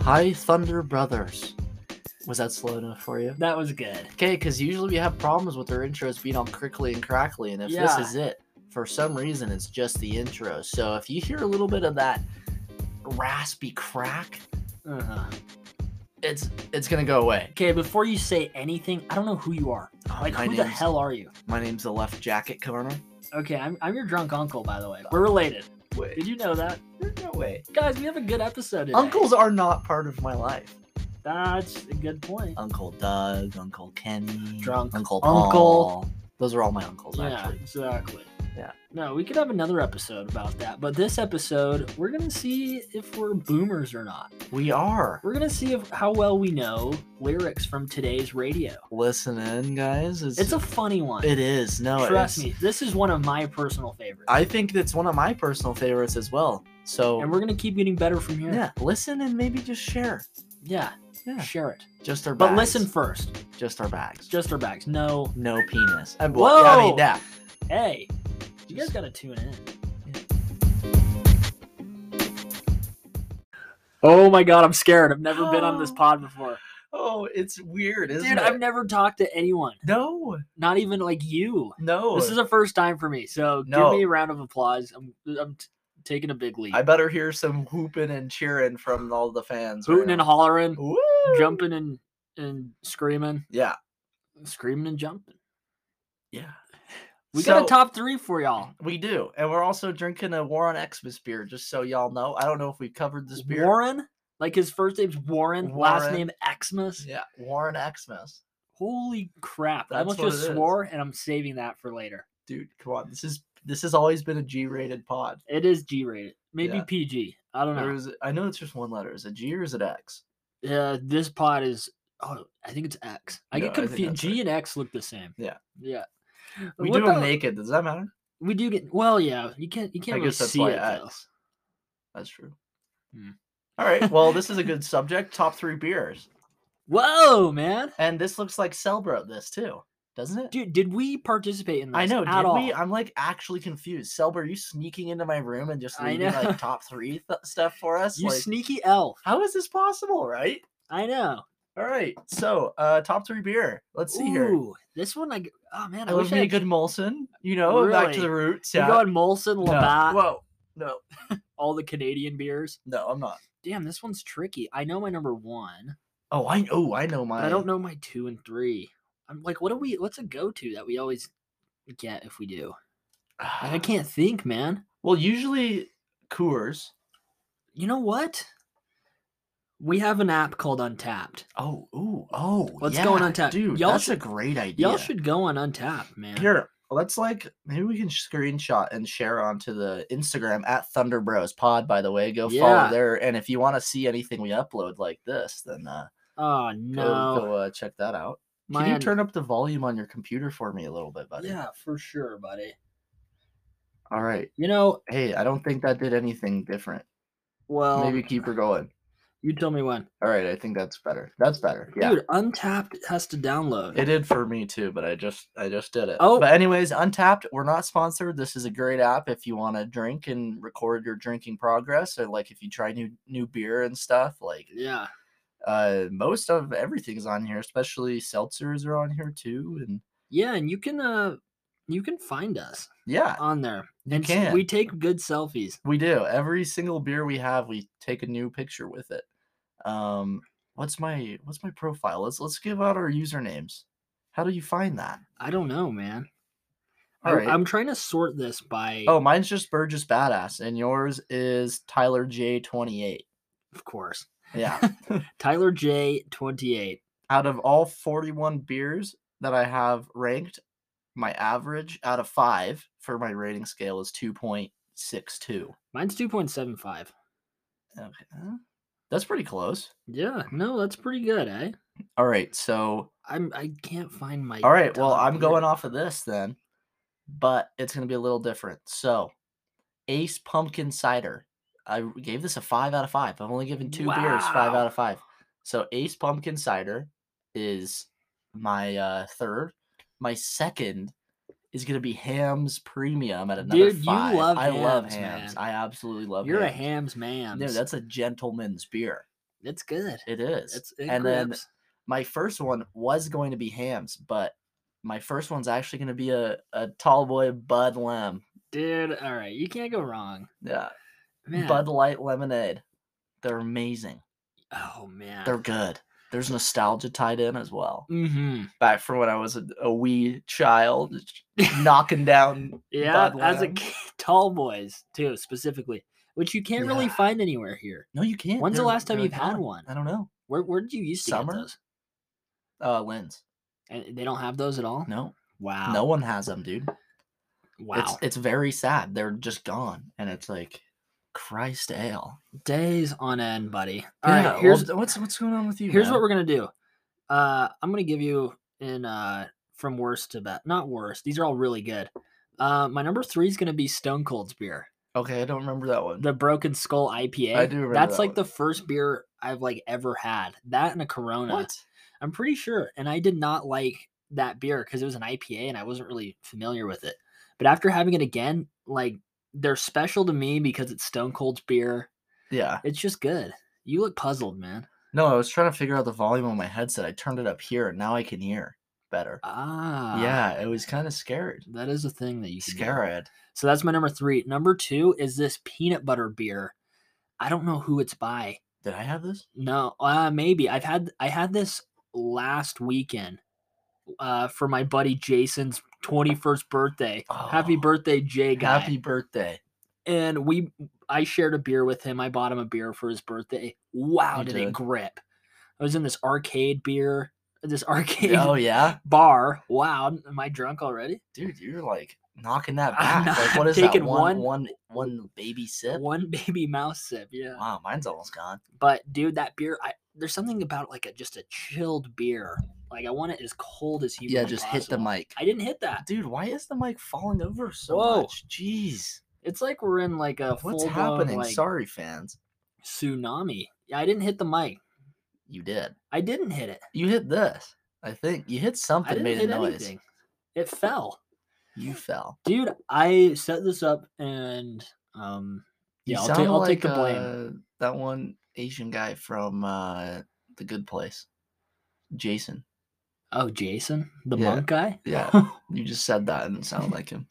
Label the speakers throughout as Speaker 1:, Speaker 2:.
Speaker 1: High Thunder Brothers. Was that slow enough for you?
Speaker 2: That was good.
Speaker 1: Okay, because usually we have problems with our intros being all crickly and crackly, and if this
Speaker 2: Yeah.
Speaker 1: is it, for some reason it's just the intro. So if you hear a little bit of that raspy crack,
Speaker 2: Uh-huh.
Speaker 1: it's it's gonna go away.
Speaker 2: Okay, before you say anything, I don't know who you are.
Speaker 1: Oh,
Speaker 2: Like,
Speaker 1: my
Speaker 2: who
Speaker 1: name's
Speaker 2: the hell are you?
Speaker 1: my name's the Left Jacket Corner.
Speaker 2: Okay, I'm, I'm your drunk uncle, by the way. We're related. Did
Speaker 1: Wait,
Speaker 2: you know that?
Speaker 1: there's no way.
Speaker 2: Guys, we have a good episode today.
Speaker 1: Uncles are not part of my life.
Speaker 2: That's a good point.
Speaker 1: Uncle Doug, Uncle Kenny,
Speaker 2: Drunk
Speaker 1: Uncle Paul.
Speaker 2: Uncle.
Speaker 1: Those are all my uncles,
Speaker 2: yeah,
Speaker 1: actually.
Speaker 2: exactly.
Speaker 1: Yeah.
Speaker 2: No, we could have another episode about that. But this episode, we're going to see if we're boomers or not.
Speaker 1: We are.
Speaker 2: We're going to see if, how well we know lyrics from today's radio.
Speaker 1: Listen in, guys. It's,
Speaker 2: It's a funny one.
Speaker 1: it is. No,
Speaker 2: Trust
Speaker 1: it's-
Speaker 2: me, this is one of my personal favorites.
Speaker 1: I think that's one of my personal favorites as well. So
Speaker 2: and we're going to keep getting better from here.
Speaker 1: yeah, listen and maybe just share.
Speaker 2: Yeah.
Speaker 1: Yeah.
Speaker 2: Share it.
Speaker 1: Just our
Speaker 2: But
Speaker 1: bags.
Speaker 2: listen first.
Speaker 1: just our bags.
Speaker 2: Just our bags. No.
Speaker 1: no penis. And well, I mean
Speaker 2: Whoa!
Speaker 1: that.
Speaker 2: Hey, you guys
Speaker 1: Just-
Speaker 2: got to tune in.
Speaker 1: Yeah.
Speaker 2: Oh my god, I'm scared. I've never been on this
Speaker 1: Oh.
Speaker 2: pod before.
Speaker 1: Oh, it's weird, isn't
Speaker 2: Dude,
Speaker 1: it?
Speaker 2: I've never talked to anyone,
Speaker 1: no,
Speaker 2: not even like you.
Speaker 1: no.
Speaker 2: This is a first time for me. So
Speaker 1: No.
Speaker 2: give me a round of applause. I'm, I'm t- taking a big leap.
Speaker 1: I better hear some whooping and cheering from all the fans.
Speaker 2: Hooting
Speaker 1: right
Speaker 2: and
Speaker 1: now.
Speaker 2: hollering,
Speaker 1: Woo!
Speaker 2: jumping and, and screaming,
Speaker 1: Yeah,
Speaker 2: screaming and jumping.
Speaker 1: yeah.
Speaker 2: We got
Speaker 1: So-
Speaker 2: a top three for y'all.
Speaker 1: We do, and we're also drinking a Warren Xmas beer, just so y'all know. I don't know if we've covered this beer.
Speaker 2: Warren, like his first name's Warren, last
Speaker 1: Warren.
Speaker 2: name Xmas.
Speaker 1: Yeah, Warren Xmas.
Speaker 2: Holy crap! I
Speaker 1: That's
Speaker 2: almost
Speaker 1: what
Speaker 2: just
Speaker 1: it is.
Speaker 2: swore, and I'm saving that for later.
Speaker 1: Dude, come on. This is this has always been a G-rated pod.
Speaker 2: It is G rated, maybe
Speaker 1: Yeah.
Speaker 2: PG. I don't
Speaker 1: Or
Speaker 2: know.
Speaker 1: is it, I know it's just one letter. Is it G or is it X?
Speaker 2: Yeah, this pod is. Oh, I think it's X. I
Speaker 1: No,
Speaker 2: get
Speaker 1: I think
Speaker 2: confused.
Speaker 1: that's
Speaker 2: G
Speaker 1: right.
Speaker 2: and X look the same.
Speaker 1: Yeah.
Speaker 2: yeah.
Speaker 1: We
Speaker 2: What
Speaker 1: do them
Speaker 2: the-
Speaker 1: naked. Does that matter?
Speaker 2: We do get. Well, yeah. You can't. You
Speaker 1: I
Speaker 2: can't really
Speaker 1: guess that's
Speaker 2: see
Speaker 1: why
Speaker 2: it. though.
Speaker 1: X. That's true.
Speaker 2: Hmm.
Speaker 1: All right. Well, this is a good subject. Top three beers,
Speaker 2: Whoa, man!
Speaker 1: and this looks like Cell wrote this too, doesn't it?
Speaker 2: Dude, did we participate in this?
Speaker 1: I know.
Speaker 2: At
Speaker 1: Did
Speaker 2: all?
Speaker 1: we? I'm like actually confused. Selber, are you sneaking into my room and just
Speaker 2: I
Speaker 1: leaving
Speaker 2: know.
Speaker 1: like top three th- stuff for us?
Speaker 2: you
Speaker 1: like,
Speaker 2: sneaky elf.
Speaker 1: how is this possible? Right.
Speaker 2: I know.
Speaker 1: All right. So, uh, top three beer. Let's see here.
Speaker 2: Ooh, this one. I. g- Oh man, I,
Speaker 1: I
Speaker 2: wish
Speaker 1: love
Speaker 2: I
Speaker 1: me a
Speaker 2: had
Speaker 1: good Molson. You know, back to
Speaker 2: Really?
Speaker 1: the roots.
Speaker 2: You
Speaker 1: Yeah.
Speaker 2: going Molson,
Speaker 1: No.
Speaker 2: Labatt,
Speaker 1: Whoa. No.
Speaker 2: all the Canadian beers.
Speaker 1: No, I'm not.
Speaker 2: Damn, this one's tricky. I know my number one,
Speaker 1: Oh, I oh I know
Speaker 2: but
Speaker 1: mine.
Speaker 2: I don't know my two and three. I'm like, what do we? What's a go-to that we always get if we do? Like, I can't think, man.
Speaker 1: Well, usually Coors.
Speaker 2: You know what? We have an app called Untapped.
Speaker 1: Oh, ooh, oh.
Speaker 2: Let's go on
Speaker 1: yeah,
Speaker 2: Untappd.
Speaker 1: dude?
Speaker 2: Y'all
Speaker 1: that's a
Speaker 2: should-
Speaker 1: great idea.
Speaker 2: Y'all should go on Untapped, man.
Speaker 1: Here, let's like maybe we can screenshot and share onto the Instagram at Thunder Bros Pod. By the way, go
Speaker 2: Yeah.
Speaker 1: follow there. And if you want to see anything we upload like this, then uh,
Speaker 2: oh
Speaker 1: go,
Speaker 2: no,
Speaker 1: go uh, check that out.
Speaker 2: my
Speaker 1: can you turn up the volume on your computer for me a little bit, buddy?
Speaker 2: Yeah, for sure, buddy.
Speaker 1: All right.
Speaker 2: You know,
Speaker 1: Hey, I don't think that did anything different.
Speaker 2: well,
Speaker 1: maybe keep her going.
Speaker 2: you tell me when,
Speaker 1: All right, I think that's better. That's better. Yeah.
Speaker 2: dude. Untapped has to download.
Speaker 1: It did for me too, but I just I just did it.
Speaker 2: Oh.
Speaker 1: but anyways, Untapped. We're not sponsored. This is a great app if you want to drink and record your drinking progress, or like if you try new new beer and stuff. Like
Speaker 2: yeah,
Speaker 1: uh, most of everything's on here, especially seltzers are on here too. And
Speaker 2: yeah, and you can uh, you can find us.
Speaker 1: yeah,
Speaker 2: on there.
Speaker 1: You
Speaker 2: and s-
Speaker 1: can.
Speaker 2: we take good selfies.
Speaker 1: we do. Every single beer we have, we take a new picture with it. Um, what's my what's my profile? Let's let's give out our usernames. How do you find that?
Speaker 2: I don't know, man.
Speaker 1: All right.
Speaker 2: I, am trying to sort this by,
Speaker 1: Oh, mine's just Burgess Badass, and yours is Tyler J28.
Speaker 2: of course,
Speaker 1: Yeah.
Speaker 2: Tyler J. Twenty Eight.
Speaker 1: out of all 41 beers that I have ranked, my average out of five for my rating scale is 2.62.
Speaker 2: Mine's two point seven five.
Speaker 1: Okay. That's pretty close.
Speaker 2: Yeah, no, that's pretty good, eh?
Speaker 1: All right. So,
Speaker 2: I'm I can't find my.
Speaker 1: all right. Well,
Speaker 2: top
Speaker 1: I'm
Speaker 2: beer.
Speaker 1: going off of this then, but it's going to be a little different. So, Ace Pumpkin Cider. I gave this a five out of five. I've only given two beers five out
Speaker 2: Wow.
Speaker 1: of five. So Ace Pumpkin Cider is my uh, third. My second is gonna be Hams Premium at another
Speaker 2: Dude, you
Speaker 1: five.
Speaker 2: love
Speaker 1: I love
Speaker 2: Hams,
Speaker 1: Hams.
Speaker 2: man.
Speaker 1: I absolutely love.
Speaker 2: You're a
Speaker 1: Hams.
Speaker 2: hams man.
Speaker 1: No, that's a gentleman's beer.
Speaker 2: It's good.
Speaker 1: It is.
Speaker 2: It's it
Speaker 1: and then
Speaker 2: grips.
Speaker 1: my first one was going to be hams, but my first one's actually going to be a, a tall boy Bud Lem.
Speaker 2: dude. All right, you can't go wrong.
Speaker 1: Yeah.
Speaker 2: Man.
Speaker 1: Bud Light Lemonade. They're amazing.
Speaker 2: oh man.
Speaker 1: They're good. There's nostalgia tied in as well.
Speaker 2: Mm-hmm.
Speaker 1: Back from when I was a, a wee child, knocking down.
Speaker 2: Yeah,
Speaker 1: Bud
Speaker 2: as a
Speaker 1: Light.
Speaker 2: kid, tall boys too, specifically, which you can't really
Speaker 1: Yeah.
Speaker 2: find anywhere here.
Speaker 1: No, you can't.
Speaker 2: When's the
Speaker 1: They're-
Speaker 2: last time
Speaker 1: they're
Speaker 2: you've had
Speaker 1: gone.
Speaker 2: one?
Speaker 1: I don't know.
Speaker 2: Where where did you used to
Speaker 1: Summer?
Speaker 2: get those?
Speaker 1: Uh, Lynn's.
Speaker 2: And they don't have those at all.
Speaker 1: No,
Speaker 2: Wow.
Speaker 1: no one has them, dude.
Speaker 2: Wow.
Speaker 1: It's it's very sad. They're just gone, and it's like, Christ ale.
Speaker 2: Days on end, buddy. All right.
Speaker 1: Yeah, well,
Speaker 2: Here's
Speaker 1: what's what's going on with you.
Speaker 2: here's
Speaker 1: man?
Speaker 2: what we're gonna do. Uh, I'm gonna give you in uh from worst to best. Not worst. These are all really good. Uh, my number three is gonna be Stone Cold's beer,
Speaker 1: Okay, I don't remember that one.
Speaker 2: the Broken Skull IPA.
Speaker 1: I do remember
Speaker 2: That's
Speaker 1: that
Speaker 2: like
Speaker 1: one.
Speaker 2: the first beer I've like ever had. That and a Corona.
Speaker 1: What?
Speaker 2: I'm pretty sure. And I did not like that beer because it was an IPA and I wasn't really familiar with it. But after having it again, like they're special to me because it's Stone Cold's beer.
Speaker 1: Yeah.
Speaker 2: It's just good. You look puzzled, man.
Speaker 1: No, I was trying to figure out the volume on my headset. I turned it up here, and now I can hear better.
Speaker 2: Ah,
Speaker 1: yeah, it was kind of scared.
Speaker 2: That is a thing that you can do.
Speaker 1: Scared.
Speaker 2: So that's my number three. Number two is this peanut butter beer. I don't know who it's by.
Speaker 1: Did I have this?
Speaker 2: No, uh, maybe I've had I had this last weekend uh, for my buddy Jason's twenty first birthday. Happy
Speaker 1: Oh.
Speaker 2: birthday, Jay! Guy.
Speaker 1: Happy birthday.
Speaker 2: and we I shared a beer with him. I bought him a beer for his birthday. Wow,
Speaker 1: You
Speaker 2: did, it
Speaker 1: did.
Speaker 2: grip. I was in this arcade beer, this arcade
Speaker 1: Oh yeah,
Speaker 2: bar. Wow, am I drunk already?
Speaker 1: dude, you're like knocking that
Speaker 2: I'm
Speaker 1: back. Like
Speaker 2: not
Speaker 1: what is that?
Speaker 2: taking
Speaker 1: One,
Speaker 2: one-
Speaker 1: one, one baby sip.
Speaker 2: One baby mouse sip, yeah.
Speaker 1: Wow, mine's almost gone.
Speaker 2: But dude, that beer, I there's something about like a just a chilled beer. Like I want it as cold as humanly
Speaker 1: yeah, just hit the
Speaker 2: possible.
Speaker 1: mic.
Speaker 2: I didn't hit that.
Speaker 1: Dude, why is the mic falling over so
Speaker 2: Whoa.
Speaker 1: much? Jeez,
Speaker 2: It's like we're in like a full
Speaker 1: what's happening?
Speaker 2: like
Speaker 1: Sorry, fans.
Speaker 2: tsunami. Yeah, I didn't hit the mic.
Speaker 1: You did.
Speaker 2: I didn't hit it.
Speaker 1: You hit this. I think you hit
Speaker 2: I
Speaker 1: something.
Speaker 2: didn't
Speaker 1: Made
Speaker 2: hit
Speaker 1: a noise.
Speaker 2: anything. It fell.
Speaker 1: You fell.
Speaker 2: dude i set this up and um
Speaker 1: You
Speaker 2: yeah i'll,
Speaker 1: sound
Speaker 2: ta- I'll
Speaker 1: like
Speaker 2: take the blame
Speaker 1: uh, that one Asian guy from uh, The Good Place, Jason.
Speaker 2: oh jason the
Speaker 1: yeah,
Speaker 2: monk guy
Speaker 1: yeah. You just said that and it sounded like him.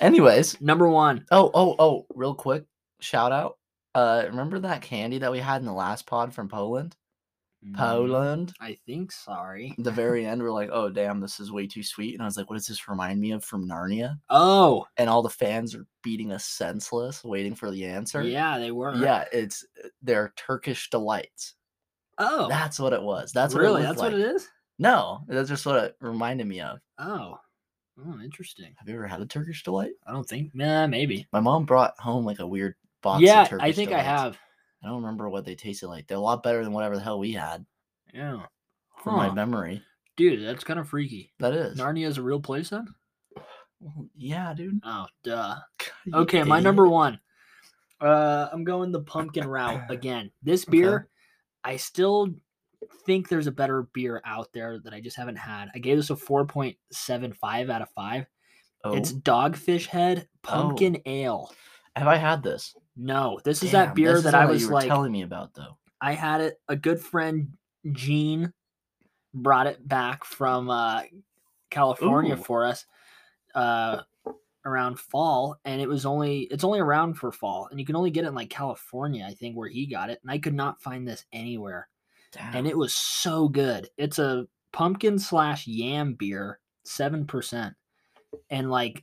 Speaker 1: Anyways,
Speaker 2: number one
Speaker 1: oh oh oh, real quick shout out. Uh, remember that candy that we had in the last pod from Poland?
Speaker 2: Mm,
Speaker 1: Poland.
Speaker 2: i think sorry
Speaker 1: The very end, we're like, oh damn, this is way too sweet. And I was like, what does this remind me of from Narnia?
Speaker 2: oh
Speaker 1: And all the fans are beating us senseless, waiting for the answer.
Speaker 2: yeah they were
Speaker 1: Yeah, it's uh, their Turkish delights.
Speaker 2: oh
Speaker 1: That's what it was. That's what
Speaker 2: really
Speaker 1: It
Speaker 2: that's
Speaker 1: like.
Speaker 2: what it is
Speaker 1: No, that's just what it reminded me of.
Speaker 2: oh oh interesting
Speaker 1: Have you ever had a Turkish delight?
Speaker 2: i don't think nah maybe
Speaker 1: My mom brought home like a weird box.
Speaker 2: yeah
Speaker 1: of Turkish
Speaker 2: i think i
Speaker 1: delights.
Speaker 2: have
Speaker 1: I don't remember what they tasted like. They're a lot better than whatever the hell we had
Speaker 2: yeah
Speaker 1: from my
Speaker 2: Huh.
Speaker 1: memory.
Speaker 2: dude that's kind of freaky
Speaker 1: That is.
Speaker 2: narnia is a real place then
Speaker 1: Well, yeah, dude.
Speaker 2: oh duh
Speaker 1: You
Speaker 2: Okay, my
Speaker 1: idiot.
Speaker 2: number one. Uh, I'm going the pumpkin route again. This beer, I still think there's a better beer out there that I just haven't had. I gave this a 4.75 out of five.
Speaker 1: Oh,
Speaker 2: It's Dogfish Head Pumpkin Ale.
Speaker 1: have I had this?
Speaker 2: No, this is
Speaker 1: Damn,
Speaker 2: that beer
Speaker 1: this is
Speaker 2: that
Speaker 1: the
Speaker 2: I
Speaker 1: one
Speaker 2: was
Speaker 1: you were
Speaker 2: like,
Speaker 1: telling me about though.
Speaker 2: I had it. A good friend, Gene, brought it back from uh, California
Speaker 1: Ooh.
Speaker 2: for us uh, around fall, and it was only it's only around for fall, and you can only get it in like California, I think, where he got it, and I could not find this anywhere,
Speaker 1: Damn.
Speaker 2: and it was so good. It's a pumpkin slash yam beer, seven percent, and like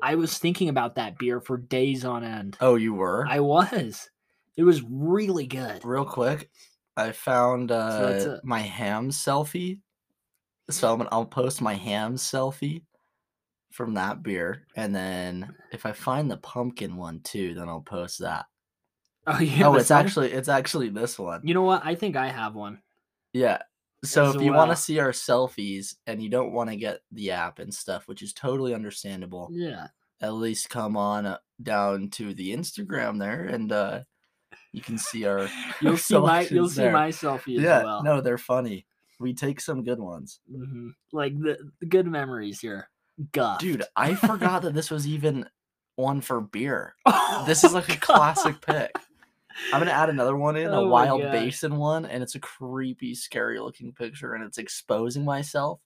Speaker 2: I was thinking about that beer for days on end.
Speaker 1: oh, you were.
Speaker 2: I was. It was really good.
Speaker 1: Real quick, I found uh,
Speaker 2: that's it.
Speaker 1: my ham selfie. So I'm, gonna- I'll post my ham selfie from that beer, and then if I find the pumpkin one too, then I'll post that.
Speaker 2: Oh, yeah.
Speaker 1: oh,
Speaker 2: the
Speaker 1: it's
Speaker 2: sun-
Speaker 1: actually it's actually this one.
Speaker 2: You know what? I think I have one.
Speaker 1: Yeah. So
Speaker 2: As
Speaker 1: if you want
Speaker 2: well.
Speaker 1: to see our selfies and you don't want to get the app and stuff, which is totally understandable,
Speaker 2: Yeah.
Speaker 1: at least come on uh, down to the Instagram there, and uh, you can see our.
Speaker 2: You'll see my you'll
Speaker 1: selections
Speaker 2: see
Speaker 1: Uh, there.
Speaker 2: my selfie as
Speaker 1: yeah,
Speaker 2: well.
Speaker 1: no, they're funny. We take some good ones.
Speaker 2: Mhm. Like the, the good memories here. Guff.
Speaker 1: Dude, I forgot that this was even one for beer. This is like a classic pick. I'm gonna add another one in,
Speaker 2: Oh
Speaker 1: a
Speaker 2: my
Speaker 1: wild
Speaker 2: God.
Speaker 1: basin one, and it's a creepy, scary looking picture, and it's exposing myself.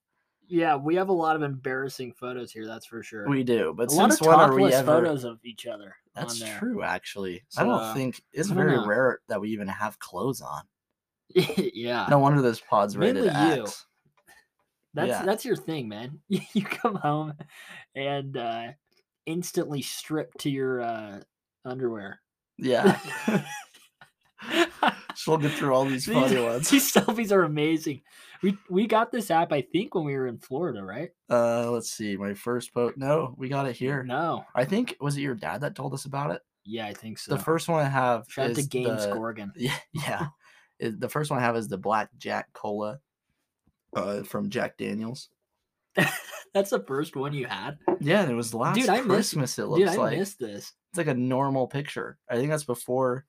Speaker 2: Yeah, we have a lot of embarrassing photos here. That's for sure.
Speaker 1: We do, but
Speaker 2: a lot
Speaker 1: since
Speaker 2: of
Speaker 1: when are we
Speaker 2: topless
Speaker 1: ever?
Speaker 2: photos of each other.
Speaker 1: That's
Speaker 2: on there.
Speaker 1: true, actually. I
Speaker 2: So,
Speaker 1: don't
Speaker 2: uh,
Speaker 1: think it's
Speaker 2: I don't
Speaker 1: very
Speaker 2: know.
Speaker 1: rare that we even have clothes on.
Speaker 2: yeah,
Speaker 1: No wonder this pod's rated
Speaker 2: Uh, mainly you.
Speaker 1: X.
Speaker 2: that's
Speaker 1: yeah.
Speaker 2: that's your thing, man. you come home and uh, instantly strip to your uh, underwear.
Speaker 1: Yeah, she'll get through all these funny ones.
Speaker 2: These selfies are amazing. We we got this app, I think, when we were in Florida, right?
Speaker 1: Uh, let's see. My first post. No, we got it here.
Speaker 2: No.
Speaker 1: I think was it your dad that told us about it.
Speaker 2: Yeah, I think so.
Speaker 1: The first one I have
Speaker 2: Shout out
Speaker 1: is
Speaker 2: to Games
Speaker 1: the-
Speaker 2: Gorgon.
Speaker 1: Yeah, yeah. Is- the first one I have is the Black Jack Cola uh, from Jack Daniels.
Speaker 2: That's the first one you had,
Speaker 1: Yeah, and it was last
Speaker 2: Dude, I miss-
Speaker 1: Christmas. it looks
Speaker 2: dude. I
Speaker 1: like
Speaker 2: missed this.
Speaker 1: it's like a normal picture. I think that's before.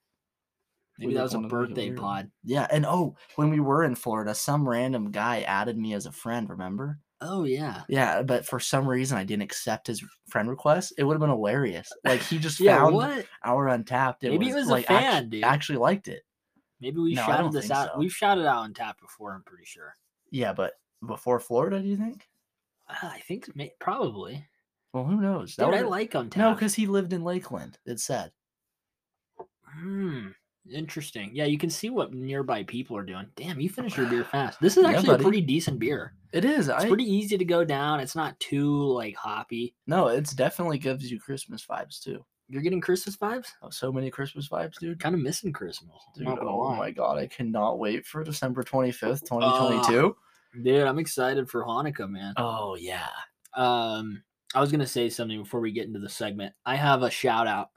Speaker 1: we
Speaker 2: Maybe that
Speaker 1: did
Speaker 2: was a
Speaker 1: one of those
Speaker 2: birthday
Speaker 1: earlier.
Speaker 2: pod.
Speaker 1: Yeah, and oh, when we were in Florida, some random guy added me as a friend. Remember?
Speaker 2: Oh yeah.
Speaker 1: Yeah, but for some reason I didn't accept his friend request. It would have been hilarious. Like he just
Speaker 2: Yeah.
Speaker 1: found
Speaker 2: what?
Speaker 1: our Untapped.
Speaker 2: Maybe it was a
Speaker 1: like, actu-
Speaker 2: fan, dude.
Speaker 1: Actually liked it.
Speaker 2: Maybe we
Speaker 1: No, I
Speaker 2: shouted
Speaker 1: don't
Speaker 2: this
Speaker 1: think
Speaker 2: out.
Speaker 1: so.
Speaker 2: We've shouted out on tap before. I'm pretty sure.
Speaker 1: Yeah, but before Florida, do you think?
Speaker 2: Uh, I think may, probably.
Speaker 1: Well, who knows?
Speaker 2: Dude, I
Speaker 1: would've-
Speaker 2: like on tap.
Speaker 1: No, because he lived in Lakeland. It said.
Speaker 2: Hmm. Interesting. Yeah, you can see what nearby people are doing. Damn, you finished your beer fast. This is
Speaker 1: Yeah,
Speaker 2: actually
Speaker 1: buddy.
Speaker 2: a pretty decent beer.
Speaker 1: It is.
Speaker 2: It's
Speaker 1: I
Speaker 2: pretty easy to go down. It's not too like hoppy.
Speaker 1: no. It's definitely gives you Christmas vibes too.
Speaker 2: You're getting Christmas vibes.
Speaker 1: Oh, so many Christmas vibes, dude.
Speaker 2: Kind of missing Christmas.
Speaker 1: Dude,
Speaker 2: not gonna
Speaker 1: oh
Speaker 2: lie.
Speaker 1: my god, I cannot wait for December twenty fifth, twenty twenty two.
Speaker 2: Dude, I'm excited for Hanukkah, man.
Speaker 1: Oh yeah.
Speaker 2: Um, I was gonna say something before we get into the segment. I have a shout out.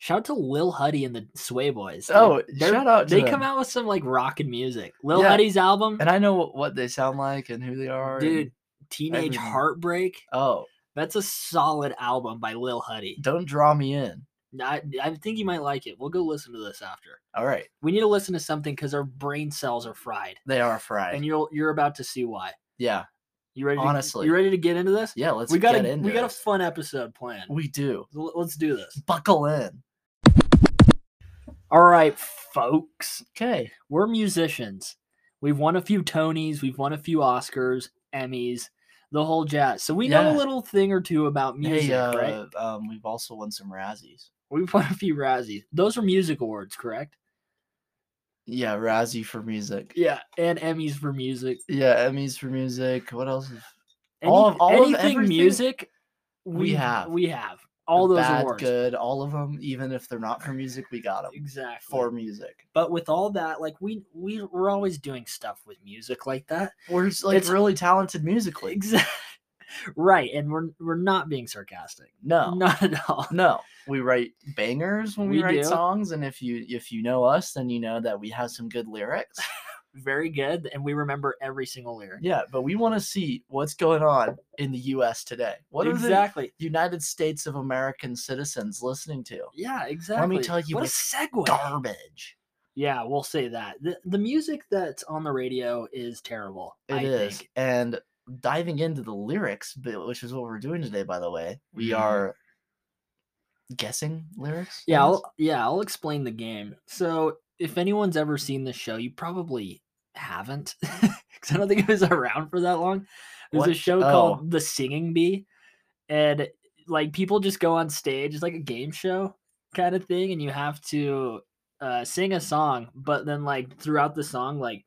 Speaker 2: Shout out to Lil Huddy and the Sway Boys. dude.
Speaker 1: Oh,
Speaker 2: They're-
Speaker 1: shout out. To
Speaker 2: They
Speaker 1: them.
Speaker 2: come out with some like rockin' music. Lil
Speaker 1: Yeah.
Speaker 2: Huddy's album,
Speaker 1: and I know what, what they sound like and who they are. and-
Speaker 2: dude. Teenage
Speaker 1: everything.
Speaker 2: Heartbreak.
Speaker 1: oh,
Speaker 2: That's a solid album by Lil Huddy.
Speaker 1: don't draw me in.
Speaker 2: I, I think you might like it. We'll go listen to this after.
Speaker 1: All right,
Speaker 2: We need to listen to something because our brain cells are fried,
Speaker 1: they are fried.
Speaker 2: and you're you're about to see why.
Speaker 1: yeah,
Speaker 2: You ready? to-
Speaker 1: Honestly.
Speaker 2: you ready to get into this?
Speaker 1: yeah. Let's
Speaker 2: we got
Speaker 1: get
Speaker 2: a
Speaker 1: into
Speaker 2: we got a
Speaker 1: it.
Speaker 2: fun episode planned.
Speaker 1: we do
Speaker 2: L- Let's do this.
Speaker 1: buckle in.
Speaker 2: All right, folks.
Speaker 1: Okay.
Speaker 2: We're musicians. We've won a few Tonys, we've won a few Oscars, Emmys, the whole jazz. So we know
Speaker 1: Yeah.
Speaker 2: a little thing or two about music,
Speaker 1: Hey, uh,
Speaker 2: right?
Speaker 1: um, we've also won some Razzies.
Speaker 2: We've won a few Razzies. Those are music awards, correct?
Speaker 1: Yeah, Razzie for music.
Speaker 2: Yeah, and Emmys for music.
Speaker 1: Yeah, Emmys for music. What else? Is...
Speaker 2: Any,
Speaker 1: All of- all of
Speaker 2: anything
Speaker 1: everything
Speaker 2: music,
Speaker 1: we have.
Speaker 2: We have all those
Speaker 1: bad,
Speaker 2: awards.
Speaker 1: good, all of them. Even if they're not for music, we got them
Speaker 2: Exactly.
Speaker 1: for music.
Speaker 2: but with all that, like we we we're always doing stuff with music like that.
Speaker 1: We're just like
Speaker 2: It's-
Speaker 1: really talented musically.
Speaker 2: Exactly. Right, and we're we're not being sarcastic.
Speaker 1: No, no,
Speaker 2: Not at all.
Speaker 1: We write bangers when we,
Speaker 2: We
Speaker 1: write
Speaker 2: do.
Speaker 1: songs, and if you if you know us, then you know that we have some good lyrics.
Speaker 2: very good and we remember every single lyric.
Speaker 1: yeah, but we want to see what's going on in the U.S. today. What are
Speaker 2: exactly.
Speaker 1: the United States of American citizens listening to?
Speaker 2: Yeah, exactly.
Speaker 1: tell you
Speaker 2: what a
Speaker 1: what's
Speaker 2: segue.
Speaker 1: Garbage.
Speaker 2: Yeah, we'll say that. The, the music that's on the radio is terrible.
Speaker 1: It
Speaker 2: I
Speaker 1: is,
Speaker 2: think.
Speaker 1: And diving into the lyrics, but- which is what we're doing today, by the way, we
Speaker 2: Mhm.
Speaker 1: are guessing lyrics. I
Speaker 2: Yeah,
Speaker 1: guess?
Speaker 2: I'll, yeah, I'll explain the game. So, if anyone's ever seen the show, you probably haven't cuz I don't think it was around for that long. There's a
Speaker 1: What?
Speaker 2: show
Speaker 1: Oh.
Speaker 2: called The Singing Bee and like people just go on stage, it's like a game show kind of thing and you have to uh sing a song, but then like throughout the song like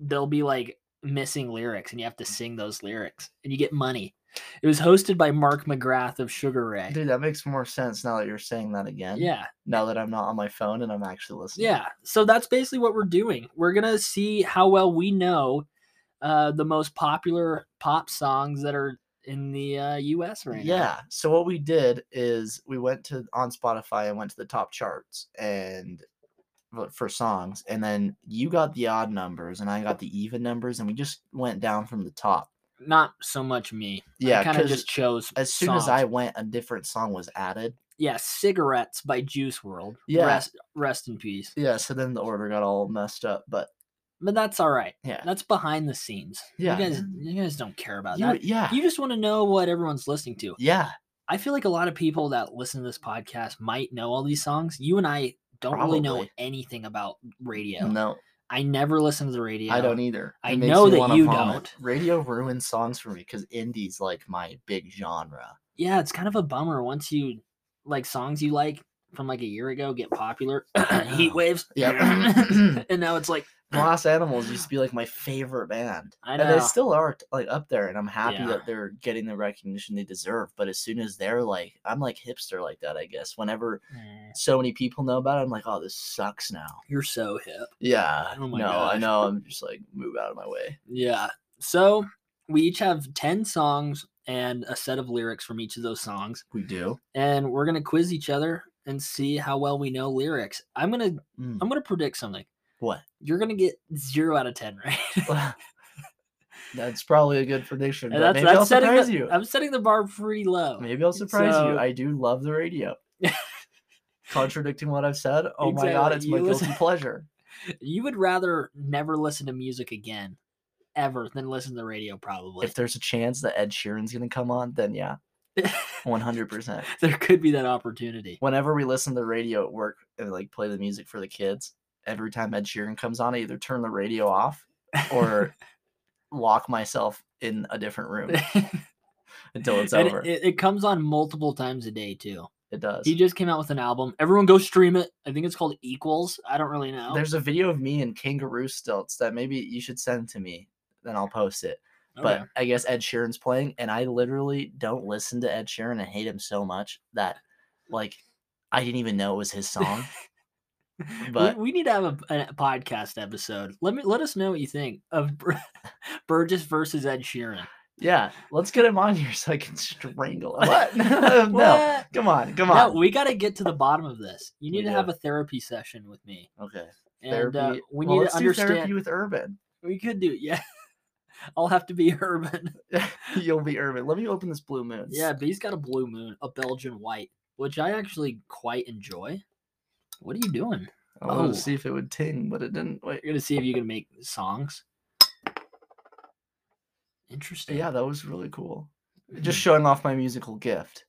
Speaker 2: there'll be like missing lyrics and you have to sing those lyrics and you get money. It was hosted by Mark McGrath of Sugar Ray.
Speaker 1: Dude, that makes more sense now that you're saying that again.
Speaker 2: yeah.
Speaker 1: Now that I'm not on my phone and I'm actually listening.
Speaker 2: Yeah. So that's basically what we're doing. We're going to see how well we know uh, the most popular pop songs that are in the uh, US right now.
Speaker 1: Yeah. So what we did is we went to on Spotify and went to the top charts and vote for songs, and then you got the odd numbers and I got the even numbers, and we just went down from the top.
Speaker 2: Not so much me.
Speaker 1: Yeah,
Speaker 2: I kind of
Speaker 1: 'cause
Speaker 2: just chose.
Speaker 1: As soon as
Speaker 2: songs.
Speaker 1: I went, a different song was added.
Speaker 2: Yeah, Cigarettes by Juice World.
Speaker 1: Yeah.
Speaker 2: Rest, rest in peace.
Speaker 1: Yeah, so then the order got all messed up, but
Speaker 2: But that's all right.
Speaker 1: yeah.
Speaker 2: That's behind the scenes.
Speaker 1: Yeah.
Speaker 2: You guys, you guys don't care about
Speaker 1: You-
Speaker 2: that.
Speaker 1: yeah.
Speaker 2: You just want to know what everyone's listening to.
Speaker 1: yeah.
Speaker 2: I feel like a lot of people that listen to this podcast might know all these songs. You and I don't really know
Speaker 1: Probably.
Speaker 2: anything about radio.
Speaker 1: No,
Speaker 2: I never listen to the radio.
Speaker 1: I don't e-, either.
Speaker 2: I
Speaker 1: makes
Speaker 2: know
Speaker 1: me
Speaker 2: that
Speaker 1: wanna
Speaker 2: you don't.
Speaker 1: Radio ruins songs for me because indie's like my big genre.
Speaker 2: Yeah, it's kind of a bummer once you like songs you like from like a year ago get popular. Heat
Speaker 1: know.
Speaker 2: waves.
Speaker 1: Yep.
Speaker 2: and now it's like
Speaker 1: Glass Animals used to be like my favorite band.
Speaker 2: I
Speaker 1: And
Speaker 2: know.
Speaker 1: they still are like up there, and I'm happy
Speaker 2: Yeah.
Speaker 1: that they're getting the recognition they deserve. But as soon as they're like, I'm like hipster like that, I guess. Whenever
Speaker 2: "Eh,
Speaker 1: so many people know about it, I'm like, oh, this sucks now.
Speaker 2: you're so hip.
Speaker 1: Yeah.
Speaker 2: Oh my
Speaker 1: no, I
Speaker 2: gosh.
Speaker 1: know. I'm just like, move out of my way.
Speaker 2: Yeah. So we each have 10 songs and a set of lyrics from each of those songs.
Speaker 1: We do.
Speaker 2: And we're gonna quiz each other and see how well we know lyrics. I'm gonna I'm gonna predict something.
Speaker 1: What?
Speaker 2: You're gonna get zero out of ten, right?
Speaker 1: that's probably a good prediction.
Speaker 2: And
Speaker 1: but
Speaker 2: that's,
Speaker 1: maybe I'll
Speaker 2: that's setting
Speaker 1: surprise
Speaker 2: the,
Speaker 1: you.
Speaker 2: I'm setting the bar pretty low.
Speaker 1: Maybe I'll surprise
Speaker 2: So-
Speaker 1: you. I do love the radio. Contradicting what I've said. Oh my god,
Speaker 2: Exactly,
Speaker 1: it's my
Speaker 2: you listen-
Speaker 1: guilty pleasure.
Speaker 2: You would rather never listen to music again, ever, than listen to the radio, probably.
Speaker 1: If there's a chance that Ed Sheeran's gonna come on, then yeah, one hundred percent.
Speaker 2: there could be that opportunity.
Speaker 1: whenever we listen to the radio at work and like play the music for the kids, every time Ed Sheeran comes on, I either turn the radio off or lock myself in a different room until it's
Speaker 2: And
Speaker 1: over. It,
Speaker 2: It, it comes on multiple times a day too.
Speaker 1: does.
Speaker 2: He just came out with an album. Everyone go stream it. I think it's called Equals. I don't really know.
Speaker 1: There's a video of me in kangaroo stilts that maybe you should send to me, then I'll post it.
Speaker 2: Okay.
Speaker 1: But I guess Ed Sheeran's playing, and I literally don't listen to Ed Sheeran and hate him so much that, like, I didn't even know it was his song.
Speaker 2: We-
Speaker 1: but-
Speaker 2: we, need to have a, a podcast episode. Let me let us know what you think of Bur- Burgess versus Ed Sheeran.
Speaker 1: yeah, let's get him on here so I can strangle him. What? no.
Speaker 2: What?
Speaker 1: Come on, come
Speaker 2: No,
Speaker 1: on.
Speaker 2: we got to get to the bottom of this. You
Speaker 1: We
Speaker 2: need to
Speaker 1: do.
Speaker 2: have a therapy session with me,
Speaker 1: Okay.
Speaker 2: and uh,
Speaker 1: Therapy-
Speaker 2: we need
Speaker 1: well,
Speaker 2: to
Speaker 1: let's do
Speaker 2: understand.
Speaker 1: therapy with Urban.
Speaker 2: We could do, yeah. I'll have to be urban.
Speaker 1: You'll be Urban. Let me open this blue moon.
Speaker 2: Yeah, B's got a blue moon, a Belgian white, which I actually quite enjoy. What are you doing?
Speaker 1: I wanted
Speaker 2: Oh.
Speaker 1: to see if it would ting, but it didn't. Wait.
Speaker 2: You're gonna see if you can make songs. Interesting. Hmm.
Speaker 1: Yeah, that was really cool. Just showing off my musical gift.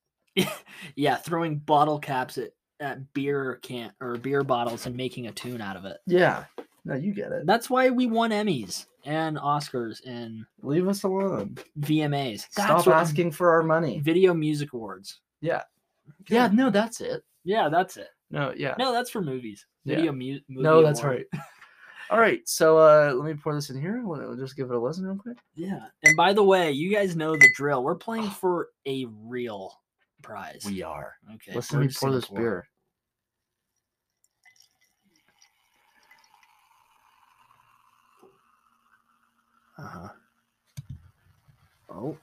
Speaker 2: yeah, throwing bottle caps at, at beer can or beer bottles and making a tune out of it.
Speaker 1: Yeah. No, you get it.
Speaker 2: That's why we won Emmys and Oscars and
Speaker 1: Leave us alone.
Speaker 2: VMAs. That's
Speaker 1: Stop
Speaker 2: what-
Speaker 1: asking for our money.
Speaker 2: Video Music Awards.
Speaker 1: Yeah. Yeah, no, that's it.
Speaker 2: Yeah, that's it.
Speaker 1: No, yeah.
Speaker 2: No, that's for movies.
Speaker 1: Yeah.
Speaker 2: Video mu- movie.
Speaker 1: No, that's
Speaker 2: award.
Speaker 1: right. All right, so uh, let me pour this in here. We'll we'll just give it a listen real quick.
Speaker 2: Yeah. And by the way, you guys know the drill. We're playing for a real prize.
Speaker 1: are.
Speaker 2: okay.
Speaker 1: Let's Listen, to me
Speaker 2: Burgess
Speaker 1: pour this
Speaker 2: Singapore.
Speaker 1: beer.
Speaker 2: Uh-huh. Oh.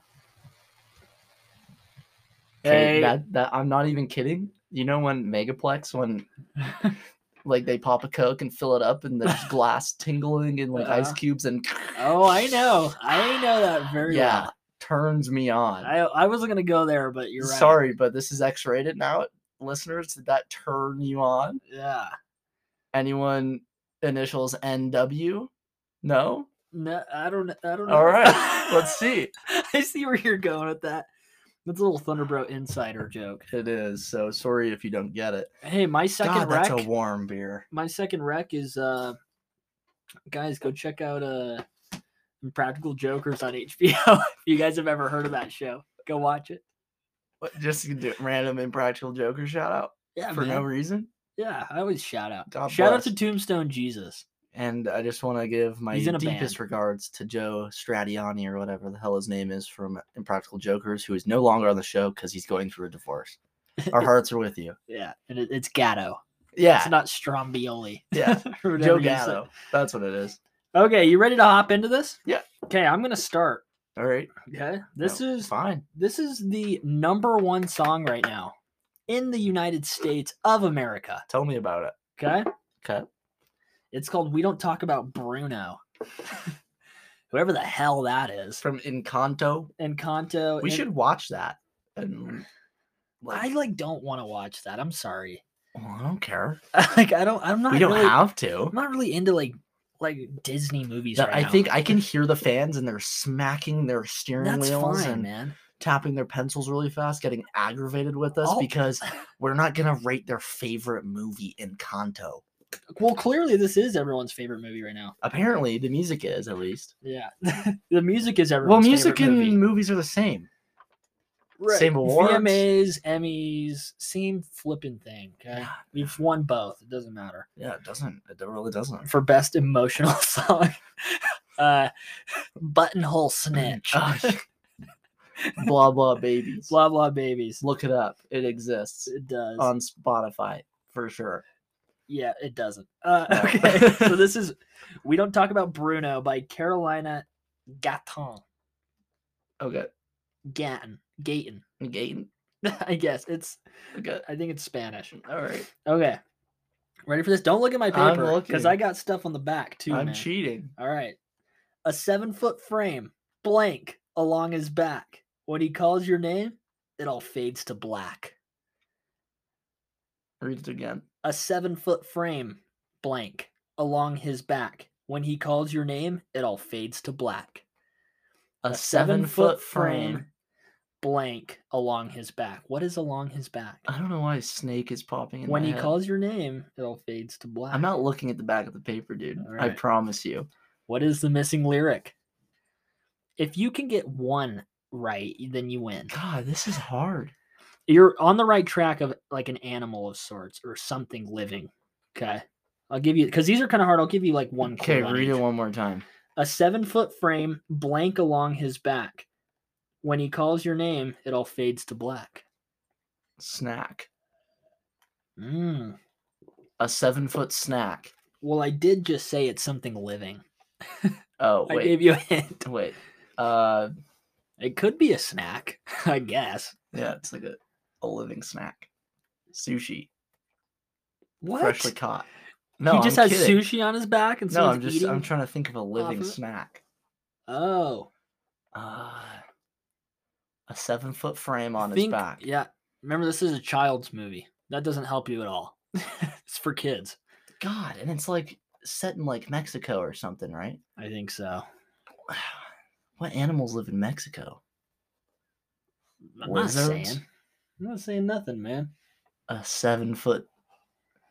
Speaker 1: Okay,
Speaker 2: Hey.
Speaker 1: that, that I'm not even kidding. You know when Megaplex when like they pop a Coke and fill it up and there's glass tingling and like ice
Speaker 2: Uh-huh.
Speaker 1: cubes and
Speaker 2: oh, I know. I know that very
Speaker 1: yeah,
Speaker 2: well.
Speaker 1: turns me on.
Speaker 2: I, I wasn't gonna go there, but you're right.
Speaker 1: Sorry, but this is X-rated now. Listeners, did that turn you on?
Speaker 2: Yeah.
Speaker 1: Anyone initials NW? No?
Speaker 2: No, I don't. I don't know.
Speaker 1: All right. Let's see.
Speaker 2: I see where you're going with that. That's a little Thunderbro insider joke.
Speaker 1: It is. So sorry if you don't get it.
Speaker 2: Hey, my second
Speaker 1: God, that's
Speaker 2: rec.
Speaker 1: a warm beer.
Speaker 2: my second rec is uh, guys, go check out uh, Practical Jokers on HBO. if you guys have ever heard of that show, go watch it.
Speaker 1: What, just do random impractical joker shout out
Speaker 2: Yeah,
Speaker 1: for no
Speaker 2: man.
Speaker 1: reason.
Speaker 2: yeah. I always shout out.
Speaker 1: God
Speaker 2: shout out to
Speaker 1: bless.
Speaker 2: Tombstone Jesus.
Speaker 1: And I just want to give my
Speaker 2: He's in a
Speaker 1: deepest
Speaker 2: band.
Speaker 1: regards to Joe Stradiani or whatever the hell his name is from Impractical Jokers, who is no longer on the show because he's going through a divorce. Our hearts are with you.
Speaker 2: Yeah, and it, it's Gatto.
Speaker 1: Yeah.
Speaker 2: It's not Strombioli.
Speaker 1: yeah.
Speaker 2: or whatever
Speaker 1: Joe
Speaker 2: you said.
Speaker 1: Gatto. That's what it is.
Speaker 2: Okay, you ready to hop into this?
Speaker 1: Yeah.
Speaker 2: Okay, I'm gonna start.
Speaker 1: All right.
Speaker 2: Okay, this
Speaker 1: No,
Speaker 2: is
Speaker 1: fine.
Speaker 2: this is the number one song right now in the United States of America.
Speaker 1: Tell me about it.
Speaker 2: Okay,
Speaker 1: Okay.
Speaker 2: it's called "We Don't Talk About Bruno." Whoever the hell that is,
Speaker 1: From Encanto.
Speaker 2: Encanto.
Speaker 1: We
Speaker 2: and-
Speaker 1: should watch that. And
Speaker 2: I
Speaker 1: like,
Speaker 2: like don't want to watch that. I'm sorry.
Speaker 1: well, I don't care.
Speaker 2: like I don't. I'm not.
Speaker 1: we don't
Speaker 2: really,
Speaker 1: have to.
Speaker 2: I'm not really into like like Disney movies.
Speaker 1: That-
Speaker 2: right
Speaker 1: I
Speaker 2: now.
Speaker 1: think I can hear the fans and they're smacking their steering
Speaker 2: that's
Speaker 1: wheels
Speaker 2: fine,
Speaker 1: and
Speaker 2: man.
Speaker 1: tapping their pencils really fast, getting aggravated with us
Speaker 2: Oh.
Speaker 1: because we're not gonna rate their favorite movie in Kanto.
Speaker 2: Well, clearly this is everyone's favorite movie right now.
Speaker 1: Apparently, the music is at least.
Speaker 2: Yeah, the music is everyone's.
Speaker 1: Well, music
Speaker 2: favorite
Speaker 1: and
Speaker 2: movie.
Speaker 1: movies are the same.
Speaker 2: Right.
Speaker 1: Same awards.
Speaker 2: VMAs, Emmys, same flipping thing. Okay, we've won both. It doesn't matter
Speaker 1: Yeah, it doesn't. It really doesn't.
Speaker 2: for best emotional song. Uh, buttonhole snitch.
Speaker 1: Oh, blah blah babies.
Speaker 2: blah blah babies.
Speaker 1: Look it up. It exists
Speaker 2: It does.
Speaker 1: on Spotify for sure.
Speaker 2: yeah, it doesn't. Uh,
Speaker 1: No.
Speaker 2: Okay, so this is we don't talk about Bruno by Carolina Gatton.
Speaker 1: Okay.
Speaker 2: Gatton. Gaten.
Speaker 1: Gaten.
Speaker 2: I guess it's.
Speaker 1: Okay.
Speaker 2: I think it's Spanish.
Speaker 1: All right.
Speaker 2: Okay. Ready for this? Don't look at my
Speaker 1: I'm
Speaker 2: paper
Speaker 1: looking.
Speaker 2: because I got stuff on the back too.
Speaker 1: I'm
Speaker 2: man.
Speaker 1: cheating.
Speaker 2: All right. A seven foot frame, blank along his back. When he calls your name, it all fades to black.
Speaker 1: Read it again.
Speaker 2: A seven foot frame, blank along his back. When he calls your name, it all fades to black.
Speaker 1: A,
Speaker 2: blank along his back. What is along his back?
Speaker 1: I don't know why snake is popping in.
Speaker 2: When
Speaker 1: my
Speaker 2: he
Speaker 1: head.
Speaker 2: calls your name, it all fades to black.
Speaker 1: I'm not looking at the back of the paper, dude.
Speaker 2: All
Speaker 1: I
Speaker 2: right.
Speaker 1: promise you.
Speaker 2: What is the missing lyric? If you can get one right, then you win.
Speaker 1: God, this is hard.
Speaker 2: You're on the right track of like an animal of sorts or something living. Okay. I'll give you because these are kind of hard. I'll give you like one.
Speaker 1: Okay,
Speaker 2: clue on
Speaker 1: read it
Speaker 2: each.
Speaker 1: one more time.
Speaker 2: A seven foot frame, blank along his back. When he calls your name, it all fades to black.
Speaker 1: Snack.
Speaker 2: Mm.
Speaker 1: A seven foot snack.
Speaker 2: Well, I did just say it's something living.
Speaker 1: Oh
Speaker 2: I
Speaker 1: wait,
Speaker 2: gave you a hint.
Speaker 1: wait. Uh,
Speaker 2: It could be a snack, I guess.
Speaker 1: yeah, it's like a, a living snack. Sushi,
Speaker 2: What?
Speaker 1: freshly caught. No,
Speaker 2: he just
Speaker 1: I'm
Speaker 2: has
Speaker 1: kidding.
Speaker 2: sushi on his back and
Speaker 1: No,
Speaker 2: someone's
Speaker 1: I'm just
Speaker 2: eating.
Speaker 1: I'm trying to think of a living
Speaker 2: of it?
Speaker 1: snack.
Speaker 2: Oh,
Speaker 1: Uh, a seven foot frame on his
Speaker 2: think-
Speaker 1: back.
Speaker 2: Yeah, remember this is a child's movie. That doesn't help you at all. it's for kids.
Speaker 1: God, and it's like set in like Mexico or something, right?
Speaker 2: I think so.
Speaker 1: What animals live in Mexico?
Speaker 2: I'm
Speaker 1: Wizards?
Speaker 2: not saying. I'm not saying nothing, man.
Speaker 1: A seven foot.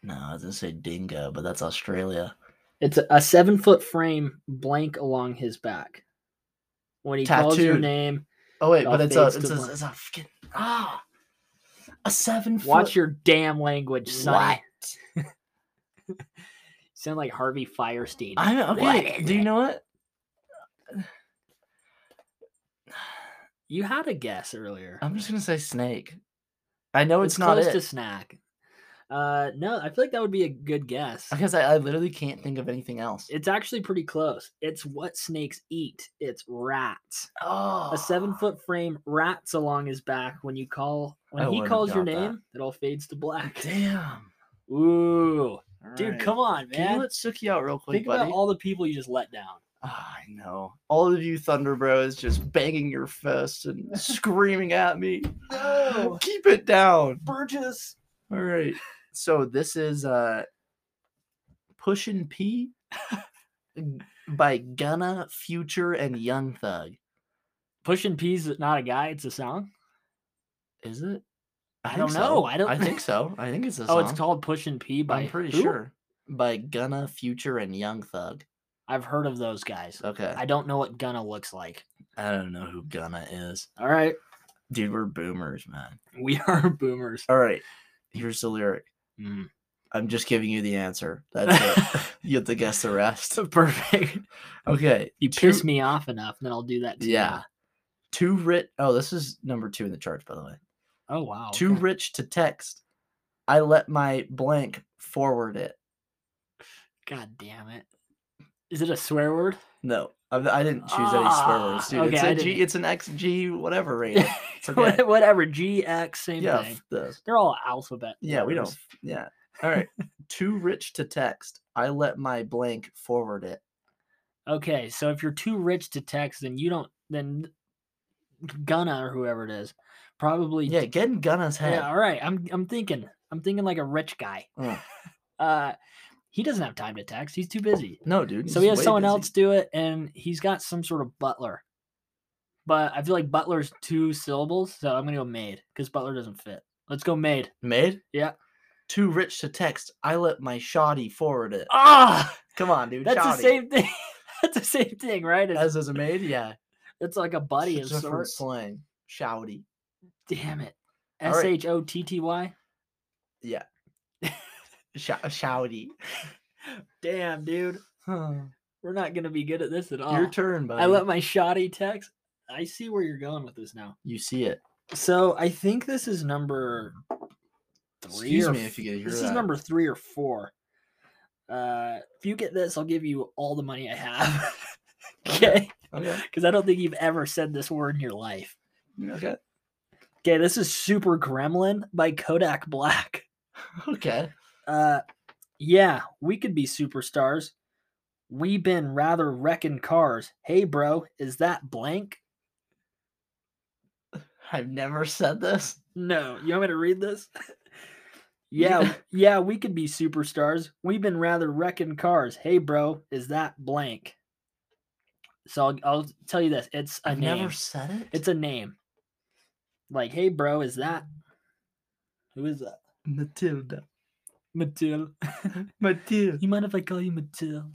Speaker 1: No, I was gonna say dingo, but that's Australia.
Speaker 2: It's a, a seven foot frame blank along his back. When he calls your
Speaker 1: Tattooed.
Speaker 2: name,
Speaker 1: Oh wait,
Speaker 2: It all
Speaker 1: but it's a
Speaker 2: fades
Speaker 1: it's
Speaker 2: to
Speaker 1: a,
Speaker 2: black.
Speaker 1: it's a fucking ah a seven foot.
Speaker 2: watch your damn language, sonny.
Speaker 1: What?
Speaker 2: You sound like Harvey Firestein.
Speaker 1: I know.
Speaker 2: What
Speaker 1: Okay.
Speaker 2: is
Speaker 1: Do you
Speaker 2: it?
Speaker 1: know what?
Speaker 2: You had a guess earlier.
Speaker 1: I'm just gonna say snake. I know Oh, it's,
Speaker 2: It's
Speaker 1: not
Speaker 2: close
Speaker 1: it
Speaker 2: to snack. Uh, no, I feel like that would be a good guess.
Speaker 1: because I, I literally can't think of anything else.
Speaker 2: It's actually pretty close. It's what snakes eat. It's rats.
Speaker 1: oh,
Speaker 2: A seven foot frame rats along his back. When you call when
Speaker 1: I
Speaker 2: he
Speaker 1: would've
Speaker 2: calls your
Speaker 1: got that.
Speaker 2: name, it all fades to black.
Speaker 1: Damn,
Speaker 2: Ooh. Dude,
Speaker 1: Alright.
Speaker 2: come on,
Speaker 1: Can you
Speaker 2: man.
Speaker 1: let Suki out real quick,
Speaker 2: Think
Speaker 1: buddy?
Speaker 2: about all the people you just let down.
Speaker 1: Ah, I know. All of you Thunder Bros just banging your fists and screaming at me.
Speaker 2: No.
Speaker 1: Keep it down.
Speaker 2: Burgess.
Speaker 1: All right. So this is uh Pushin' P by Gunna, Future, and Young Thug.
Speaker 2: Pushing P's not a guy, it's a song.
Speaker 1: Is it?
Speaker 2: I
Speaker 1: think
Speaker 2: don't
Speaker 1: so.
Speaker 2: know, I don't-
Speaker 1: I think so. I think it's a
Speaker 2: Oh,
Speaker 1: song.
Speaker 2: it's called Pushing P by
Speaker 1: I'm pretty
Speaker 2: who?
Speaker 1: sure. By Gunna, Future, and Young Thug.
Speaker 2: I've heard of those guys.
Speaker 1: Okay.
Speaker 2: I don't know what Gunna looks like.
Speaker 1: I don't know who Gunna is.
Speaker 2: All right.
Speaker 1: Dude, we're boomers, man.
Speaker 2: We are boomers.
Speaker 1: All right. Here's the lyric.
Speaker 2: Mm.
Speaker 1: I'm just giving you the answer. That's it. you have to guess the rest. Perfect. Okay.
Speaker 2: You
Speaker 1: Two-
Speaker 2: piss me off enough, then I'll do that to you.
Speaker 1: Yeah. Too rich. Oh, this is number two in the charts, by the way.
Speaker 2: Oh wow.
Speaker 1: Too
Speaker 2: okay.
Speaker 1: rich to text. I let my blank forward it.
Speaker 2: God damn it. Is it a swear word?
Speaker 1: No, I, I didn't choose any swear words,
Speaker 2: Ah,
Speaker 1: dude.
Speaker 2: okay,
Speaker 1: it's,
Speaker 2: I
Speaker 1: a G,
Speaker 2: didn't-
Speaker 1: it's an XG, whatever rating. okay.
Speaker 2: What- Whatever. GX, same
Speaker 1: yeah,
Speaker 2: thing.
Speaker 1: f- this.
Speaker 2: They're all alphabet.
Speaker 1: yeah, we don't.
Speaker 2: letters.
Speaker 1: Yeah. All right. Too rich to text. I let my blank forward it.
Speaker 2: Okay, so if you're too rich to text, then you don't. Then Gunna or whoever it is, probably.
Speaker 1: Yeah, get in Gunna's head.
Speaker 2: Yeah. All right. I'm. I'm thinking. I'm thinking like a rich guy.
Speaker 1: Mm.
Speaker 2: Uh, he doesn't have time to text. He's too busy.
Speaker 1: No, dude.
Speaker 2: So
Speaker 1: he's
Speaker 2: he has
Speaker 1: way
Speaker 2: someone
Speaker 1: busy.
Speaker 2: else do it, and he's got some sort of butler. but I feel like Butler's two syllables, so I'm gonna go made because Butler doesn't fit. Let's go made.
Speaker 1: Made?
Speaker 2: Yeah.
Speaker 1: Too rich to text. I let my shoddy forward it.
Speaker 2: Ah,
Speaker 1: Come on, dude.
Speaker 2: that's the
Speaker 1: shoddy.
Speaker 2: same thing. that's the same thing, right? It's,
Speaker 1: as is a maid. Yeah,
Speaker 2: it's like a buddy of
Speaker 1: It's a different
Speaker 2: sorts.
Speaker 1: slang. Shouty.
Speaker 2: Damn it.
Speaker 1: All
Speaker 2: S
Speaker 1: right.
Speaker 2: H O T T Y.
Speaker 1: Sh- shouty.
Speaker 2: Damn, dude,
Speaker 1: Your
Speaker 2: we're not gonna be good at this at all.
Speaker 1: turn, buddy.
Speaker 2: Oh, I let my shoddy text. I see where you're going with this now.
Speaker 1: you see it.
Speaker 2: So I think this is number three.
Speaker 1: Excuse
Speaker 2: or
Speaker 1: me if you get your.
Speaker 2: This is number three or four. Uh, if you get this, I'll give you all the money I have. okay,
Speaker 1: Okay.
Speaker 2: because I don't think you've ever said this word in your life.
Speaker 1: Okay.
Speaker 2: Okay, this is Super Gremlin by Kodak Black.
Speaker 1: Okay.
Speaker 2: Uh, yeah, we could be superstars. We been rather wrecking cars. Hey, bro, is that blank?
Speaker 1: I've never said this.
Speaker 2: No, you want me to read this?
Speaker 1: You-
Speaker 2: yeah, w- yeah, we could be superstars. We've been rather wrecking cars. Hey, bro, is that blank? So I'll, I'll tell you this: it's a
Speaker 1: I've
Speaker 2: name.
Speaker 1: never said it.
Speaker 2: It's a name. Like, hey, bro, is that? Who is that?
Speaker 1: Matilda.
Speaker 2: Matilda.
Speaker 1: Matilda.
Speaker 2: you mind if I call you Matilda?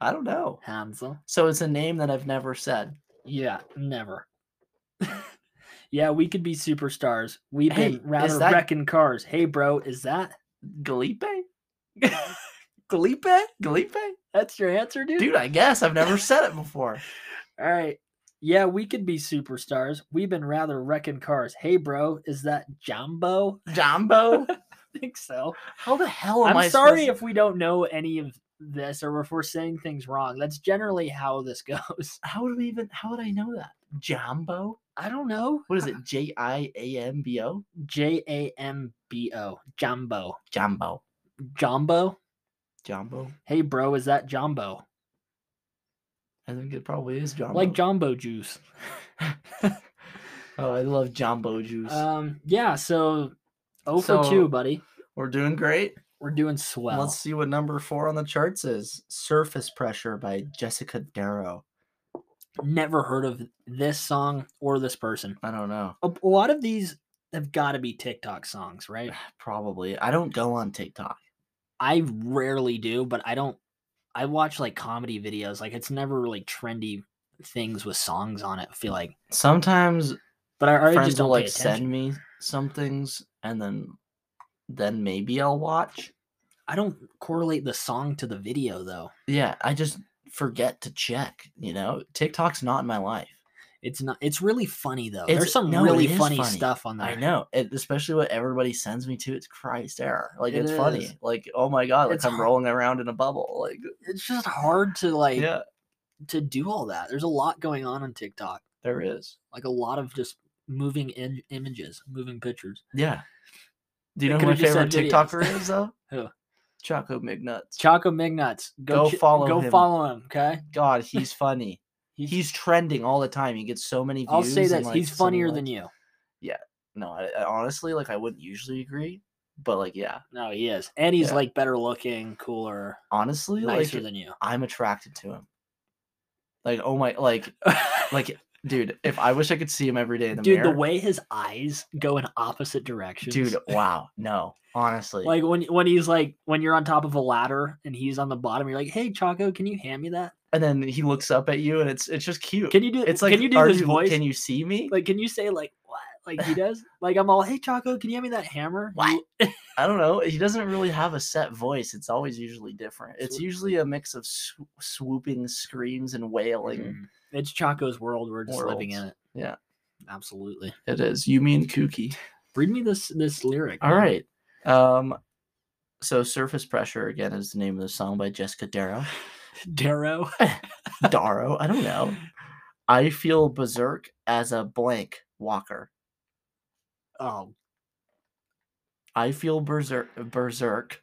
Speaker 1: I don't know.
Speaker 2: Hansel.
Speaker 1: So it's a name that I've never said.
Speaker 2: Yeah, never. yeah, we could be superstars. We've
Speaker 1: Hey,
Speaker 2: been rather
Speaker 1: is that-
Speaker 2: wrecking cars. Hey, bro, is that?
Speaker 1: Galipe?
Speaker 2: Felipe?
Speaker 1: Galipe?
Speaker 2: That's your answer, dude?
Speaker 1: Dude, I guess I've never said it before.
Speaker 2: All right. Yeah, we could be superstars. We've been rather wrecking cars. Hey, bro, is that Jumbo?
Speaker 1: Jumbo?
Speaker 2: I think so.
Speaker 1: How the hell am
Speaker 2: I'm
Speaker 1: I
Speaker 2: sorry
Speaker 1: supposed-
Speaker 2: if we don't know any of this or if we're saying things wrong. That's generally how this goes.
Speaker 1: how would we even how would I know that? Jambo?
Speaker 2: I don't know.
Speaker 1: What is it? J I A M B O?
Speaker 2: J A M B O. Jumbo.
Speaker 1: Jambo.
Speaker 2: Jumbo?
Speaker 1: Jambo.
Speaker 2: Hey, bro, is that Jumbo?
Speaker 1: I think it probably is Jumbo.
Speaker 2: Like Jumbo juice.
Speaker 1: oh, I love Jumbo juice.
Speaker 2: Um, yeah, so 0 for
Speaker 1: So-
Speaker 2: 2, buddy.
Speaker 1: We're doing great.
Speaker 2: We're doing swell.
Speaker 1: Let's see what number four on the charts is. Surface Pressure by Jessica Darrow.
Speaker 2: Never heard of this song or this person.
Speaker 1: I don't know.
Speaker 2: a, a lot of these have got to be TikTok songs, right?
Speaker 1: Probably. I don't go on TikTok.
Speaker 2: I rarely do, but I don't. I watch like comedy videos. Like it's never really trendy things with songs on it. I feel like,
Speaker 1: Sometimes
Speaker 2: but I, I just
Speaker 1: friends
Speaker 2: don't
Speaker 1: will
Speaker 2: like
Speaker 1: like
Speaker 2: pay attention.
Speaker 1: send me some things and then then maybe I'll watch.
Speaker 2: I don't correlate the song to the video though.
Speaker 1: Yeah, I just forget to check, you know? TikTok's not in my life.
Speaker 2: It's not. It's really funny though. There's
Speaker 1: It's-
Speaker 2: some
Speaker 1: no, it
Speaker 2: really
Speaker 1: is
Speaker 2: funny,
Speaker 1: funny.
Speaker 2: stuff on there.
Speaker 1: I know, it, especially what everybody sends me to. It's Christ error. Like
Speaker 2: It
Speaker 1: it's
Speaker 2: is.
Speaker 1: funny. Like oh my god, like
Speaker 2: It's
Speaker 1: I'm
Speaker 2: hard.
Speaker 1: rolling around in a bubble. Like
Speaker 2: It's just hard to like
Speaker 1: yeah,
Speaker 2: to do all that. There's a lot going on on TikTok.
Speaker 1: there is.
Speaker 2: Like a lot of just moving in- images, moving pictures.
Speaker 1: Yeah. Do you
Speaker 2: They
Speaker 1: know who
Speaker 2: could've
Speaker 1: my
Speaker 2: just
Speaker 1: favorite
Speaker 2: said videos.
Speaker 1: TikToker is though?
Speaker 2: Who?
Speaker 1: Choco McNuts.
Speaker 2: Choco McNuts, go,
Speaker 1: Go
Speaker 2: ch-
Speaker 1: follow
Speaker 2: go
Speaker 1: him.
Speaker 2: follow him. Okay.
Speaker 1: God, he's funny.
Speaker 2: He's-
Speaker 1: He's trending all the time. He gets so many views.
Speaker 2: I'll say
Speaker 1: and,
Speaker 2: that
Speaker 1: like,
Speaker 2: he's
Speaker 1: so many
Speaker 2: funnier than
Speaker 1: likes.
Speaker 2: you.
Speaker 1: No, I, I honestly, like I wouldn't usually agree, but like yeah,
Speaker 2: No, he is, and he's
Speaker 1: Yeah.
Speaker 2: like better looking, cooler,
Speaker 1: honestly,
Speaker 2: nicer
Speaker 1: like
Speaker 2: than you.
Speaker 1: I'm attracted to him. Like oh my, like like dude, if I wish I could see him every day in the
Speaker 2: dude,
Speaker 1: mirror.
Speaker 2: the way his eyes go in opposite directions,
Speaker 1: dude, uh, wow, no, honestly,
Speaker 2: Like when when he's like when you're on top of a ladder and he's on the bottom, you're like, "Hey, Choco, can you hand me that?
Speaker 1: and then he looks up at you, and it's it's just cute.
Speaker 2: Can you do?
Speaker 1: it's like
Speaker 2: can you do
Speaker 1: "Are
Speaker 2: this voice?
Speaker 1: Can you see me?
Speaker 2: like, can you say like what? Like he does? Like I'm all, "Hey, Choco, can you hand me that hammer?
Speaker 1: What?
Speaker 2: You-
Speaker 1: I don't know. He doesn't really have a set voice. It's always usually different. It's
Speaker 2: Swoop.
Speaker 1: usually a mix of sw- swooping screams and wailing.
Speaker 2: Mm. It's Choco's world. We're just living in
Speaker 1: Worlds.
Speaker 2: it.
Speaker 1: Yeah.
Speaker 2: absolutely.
Speaker 1: It is. You mean kooky?
Speaker 2: Read me this this lyric.
Speaker 1: All
Speaker 2: man.
Speaker 1: right. Um, so surface pressure again is the name of the song by Jessica Darrow.
Speaker 2: Darrow.
Speaker 1: Darrow. I don't know. I feel berserk as a blank walker.
Speaker 2: Oh
Speaker 1: I feel berserk. Berserk.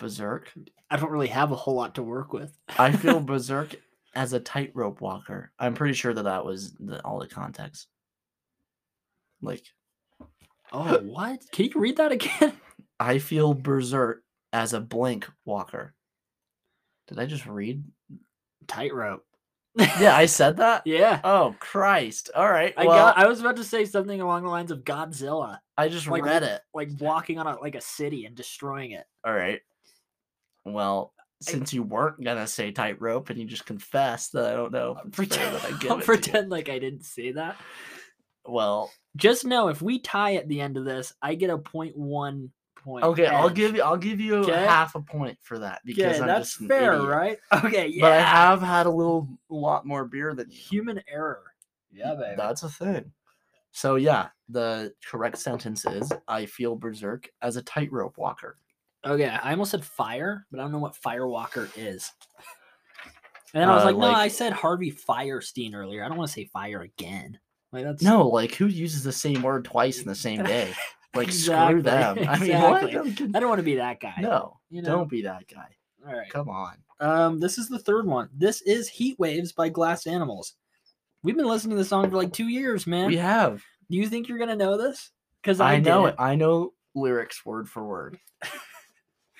Speaker 1: Berserk.
Speaker 2: I don't really have a whole lot to work with.
Speaker 1: I feel berserk as a tightrope walker. I'm pretty sure that that was the, all the context. Like,
Speaker 2: oh, what? Can you read that again?
Speaker 1: I feel berserk as a blank walker. Did I just read?
Speaker 2: Tightrope.
Speaker 1: Yeah, I said that.
Speaker 2: yeah.
Speaker 1: Oh Christ! All right.
Speaker 2: I
Speaker 1: well,
Speaker 2: got I was about to say something along the lines of Godzilla,
Speaker 1: I just
Speaker 2: like,
Speaker 1: read it.
Speaker 2: like walking on a, like a city and destroying it.
Speaker 1: All right. Well, since you weren't gonna say tightrope and you just confessed, then I don't know. if it's fair
Speaker 2: Pretend,
Speaker 1: that I give it to
Speaker 2: I'll
Speaker 1: you.
Speaker 2: pretend like I didn't say that.
Speaker 1: Well,
Speaker 2: Just know if we tie at the end of this, I get a point one point.
Speaker 1: okay, I'll
Speaker 2: edge.
Speaker 1: give you. I'll give you
Speaker 2: Okay.
Speaker 1: half a point for that because
Speaker 2: Okay,
Speaker 1: I'm
Speaker 2: that's
Speaker 1: just an
Speaker 2: fair,
Speaker 1: idiot.
Speaker 2: right? Okay, yeah.
Speaker 1: But I have had a little, lot more beer than you.
Speaker 2: human error. Yeah, baby.
Speaker 1: That's a thing. So yeah, the correct sentence is I feel berserk as a tightrope walker.
Speaker 2: Okay, I almost said fire, but I don't know what firewalker is. And then I was
Speaker 1: Uh,
Speaker 2: like, no,
Speaker 1: like-
Speaker 2: I said Harvey Firestein earlier. I don't want to say fire again. Like that's
Speaker 1: No, like who uses the same word twice in the same day? Like
Speaker 2: Exactly,
Speaker 1: screw them. I mean, what?
Speaker 2: exactly.
Speaker 1: I'm con-
Speaker 2: I don't want to be that guy.
Speaker 1: no,
Speaker 2: you know.
Speaker 1: don't be that guy.
Speaker 2: All right.
Speaker 1: Come on.
Speaker 2: Um, this is the third one. This is Heat Waves by Glass Animals. We've been listening to this song for like two years, man.
Speaker 1: We have.
Speaker 2: Do you think you're gonna know this? Because I,
Speaker 1: I, know it.
Speaker 2: didn't.
Speaker 1: I know lyrics word for word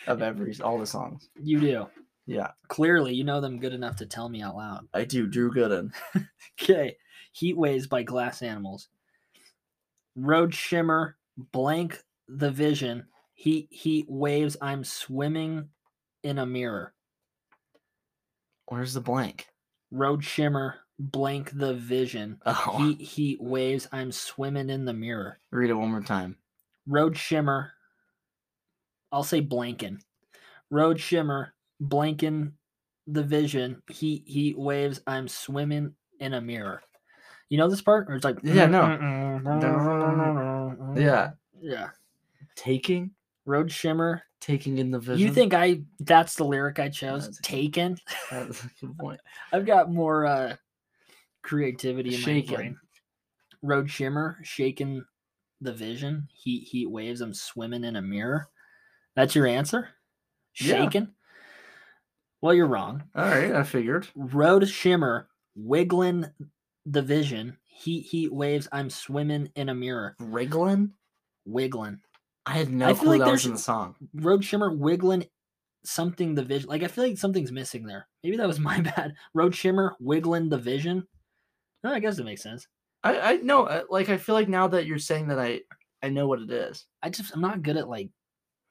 Speaker 1: of every all the songs.
Speaker 2: You do.
Speaker 1: Yeah,
Speaker 2: Clearly, you know them good enough to tell me out loud.
Speaker 1: I do. Drew Gooden.
Speaker 2: Okay. Heat Waves by Glass Animals. Road Shimmer, Blank the Vision, Heat Heat Waves, I'm Swimming in a Mirror.
Speaker 1: Where's the blank?
Speaker 2: Road Shimmer, Blank the Vision,
Speaker 1: Oh,
Speaker 2: Heat Heat Waves, I'm Swimming in the Mirror.
Speaker 1: read it one more time.
Speaker 2: Road Shimmer. I'll say Blanken. Road Shimmer, Blanken the Vision, Heat Heat Waves, I'm Swimming in a Mirror. You know this part? Or it's like
Speaker 1: Yeah,
Speaker 2: no.
Speaker 1: Yeah,
Speaker 2: Yeah.
Speaker 1: taking,
Speaker 2: Road Shimmer.
Speaker 1: taking in the vision.
Speaker 2: You think I that's the lyric I chose?
Speaker 1: That's-
Speaker 2: Taken.
Speaker 1: That's a good point.
Speaker 2: I've got more uh creativity in
Speaker 1: Shaken.
Speaker 2: my brain. Road Shimmer, Shaken the Vision, Heat Heat Waves, I'm swimming in a mirror. That's your answer?
Speaker 1: Yeah.
Speaker 2: Shaken? Well, you're wrong.
Speaker 1: All right, I figured.
Speaker 2: Road Shimmer, Wiggling the Vision, Heat Heat Waves, I'm swimming in a mirror.
Speaker 1: Wriglin?
Speaker 2: Wiggling.
Speaker 1: I had no
Speaker 2: I feel
Speaker 1: clue
Speaker 2: like
Speaker 1: that was
Speaker 2: there's-
Speaker 1: in the song.
Speaker 2: Road Shimmer, Wiggling something the vision. Like I feel like something's missing there. Maybe that was my bad. Road Shimmer, Wiggling the Vision. No, I guess it makes sense.
Speaker 1: I I no, I- like I feel like now that you're saying that I I know what it is.
Speaker 2: I just I'm not good at like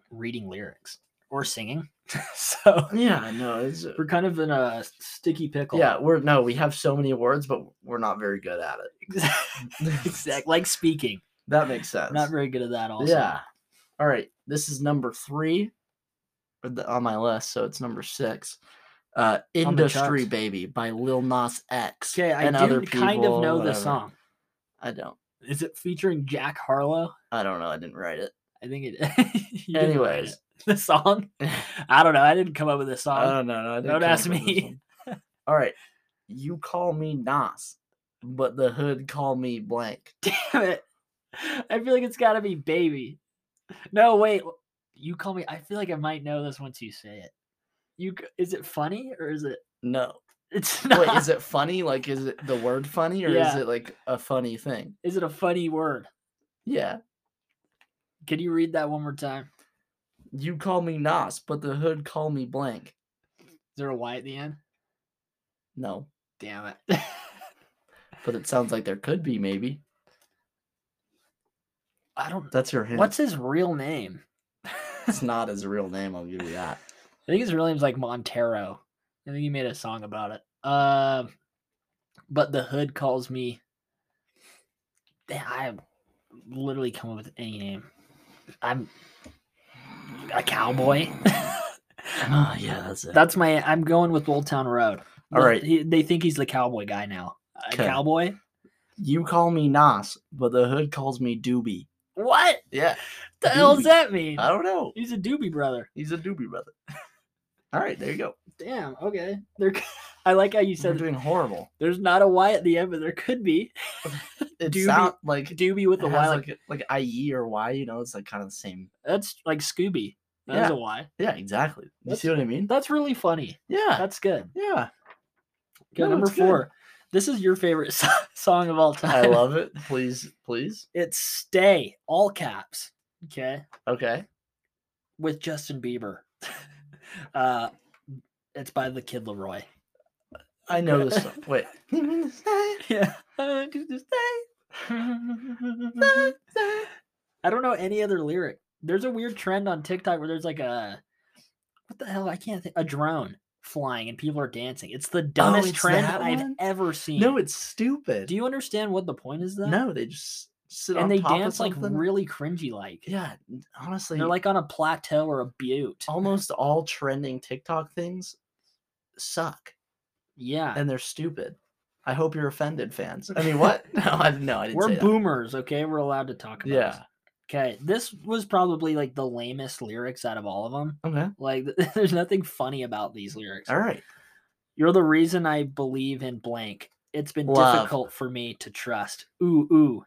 Speaker 2: reading lyrics or singing. so
Speaker 1: Yeah, no, it's uh,
Speaker 2: we're kind of in a sticky pickle.
Speaker 1: yeah, we're no, we have so many words, but we're not very good at it.
Speaker 2: exactly. Like speaking.
Speaker 1: that makes sense.
Speaker 2: I'm not very good at that also.
Speaker 1: Yeah. All right. This is number three for the- on my list, so it's number six. Uh,
Speaker 2: On the
Speaker 1: Industry
Speaker 2: charts.
Speaker 1: Baby by Lil Nas X.
Speaker 2: Okay, I
Speaker 1: and
Speaker 2: did
Speaker 1: other
Speaker 2: kind of
Speaker 1: people,
Speaker 2: know the
Speaker 1: whatever.
Speaker 2: song.
Speaker 1: I don't.
Speaker 2: Is it featuring Jack Harlow?
Speaker 1: I don't know. I didn't write it.
Speaker 2: I think it. you didn't write
Speaker 1: Anyways.
Speaker 2: it. the song. I don't know. I didn't come up with this song.
Speaker 1: I don't know. No, I didn't
Speaker 2: don't
Speaker 1: come
Speaker 2: ask
Speaker 1: up with this
Speaker 2: me.
Speaker 1: one. All right. You call me Nas, but the hood call me blank.
Speaker 2: Damn it. I feel like it's got to be baby. No, wait. w- You call me. I feel like I might know this once you say it. You c- is it funny or is it?
Speaker 1: No.
Speaker 2: It's not.
Speaker 1: Wait,
Speaker 2: is,
Speaker 1: is it funny? Like, is it the word funny or is
Speaker 2: Yeah.
Speaker 1: it like a funny thing?
Speaker 2: it a funny word?
Speaker 1: Yeah.
Speaker 2: Can you read that one more time?
Speaker 1: You call me Nas, but the hood call me blank.
Speaker 2: Is there a Y at the end?
Speaker 1: No.
Speaker 2: Damn it.
Speaker 1: But it sounds like there could be, maybe.
Speaker 2: I don't.
Speaker 1: That's your hint.
Speaker 2: What's his real name? I
Speaker 1: it's not his real name, I'll give you that.
Speaker 2: think his real name's like Montero. I think he made a song about it. Um, but the hood calls me. Damn, I have literally come up with any name. I'm a cowboy.
Speaker 1: Oh yeah, that's it.
Speaker 2: That's my. I'm going with Old Town Road.
Speaker 1: All
Speaker 2: The-
Speaker 1: right.
Speaker 2: he- they think he's the cowboy guy now. A
Speaker 1: 'Kay.
Speaker 2: cowboy?
Speaker 1: you call me Nas, but the hood calls me Doobie.
Speaker 2: What
Speaker 1: Yeah.
Speaker 2: the hell
Speaker 1: Doobie.
Speaker 2: does that mean?
Speaker 1: I don't know.
Speaker 2: He's a doobie brother.
Speaker 1: He's a Doobie brother. All right, there you go.
Speaker 2: Damn. Okay. There. c- I like how you
Speaker 1: You are
Speaker 2: said
Speaker 1: doing horrible.
Speaker 2: there's not a Y at the end, but there could be
Speaker 1: It
Speaker 2: Doobie-
Speaker 1: sound like it
Speaker 2: doobie with a
Speaker 1: has
Speaker 2: Y. Like,
Speaker 1: like a- like IE or Y, you know, it's like kind of the same.
Speaker 2: that's like Scooby. That's
Speaker 1: Yeah.
Speaker 2: a Y.
Speaker 1: Yeah, exactly. You
Speaker 2: That's-
Speaker 1: see what I mean?
Speaker 2: That's really funny.
Speaker 1: Yeah.
Speaker 2: That's good.
Speaker 1: Yeah.
Speaker 2: Okay,
Speaker 1: No,
Speaker 2: number
Speaker 1: it's good.
Speaker 2: four. This is your favorite so- song of all time.
Speaker 1: I love it. Please, please.
Speaker 2: It's "Stay" all caps. Okay.
Speaker 1: Okay.
Speaker 2: with Justin Bieber. uh, it's by the Kid Leroy.
Speaker 1: I know this. song. Wait.
Speaker 2: Yeah. I don't know any other lyric. There's a weird trend on TikTok where there's like a what the hell? I can't think a drone flying and people are dancing. It's the dumbest
Speaker 1: Oh, it's
Speaker 2: trend
Speaker 1: that
Speaker 2: I've
Speaker 1: one?
Speaker 2: ever seen.
Speaker 1: No, it's stupid.
Speaker 2: Do you understand what the point is though?
Speaker 1: No, they just sit on
Speaker 2: And they
Speaker 1: top of
Speaker 2: dance like
Speaker 1: something.
Speaker 2: really cringy like.
Speaker 1: Yeah, Oh, n- honestly,
Speaker 2: They're like on a plateau or a butte.
Speaker 1: almost all trending TikTok things suck
Speaker 2: Yeah.
Speaker 1: and they're stupid. I hope you're offended, fans. I mean, what? No, I, no, I didn't
Speaker 2: We're
Speaker 1: say that.
Speaker 2: boomers, okay? We're allowed to talk about
Speaker 1: Yeah.
Speaker 2: Okay. This was probably like the lamest lyrics out of all of them.
Speaker 1: Okay.
Speaker 2: Like there's nothing funny about these lyrics.
Speaker 1: All right.
Speaker 2: You're the reason I believe in blank. It's been
Speaker 1: Love.
Speaker 2: difficult for me to trust. Ooh, ooh.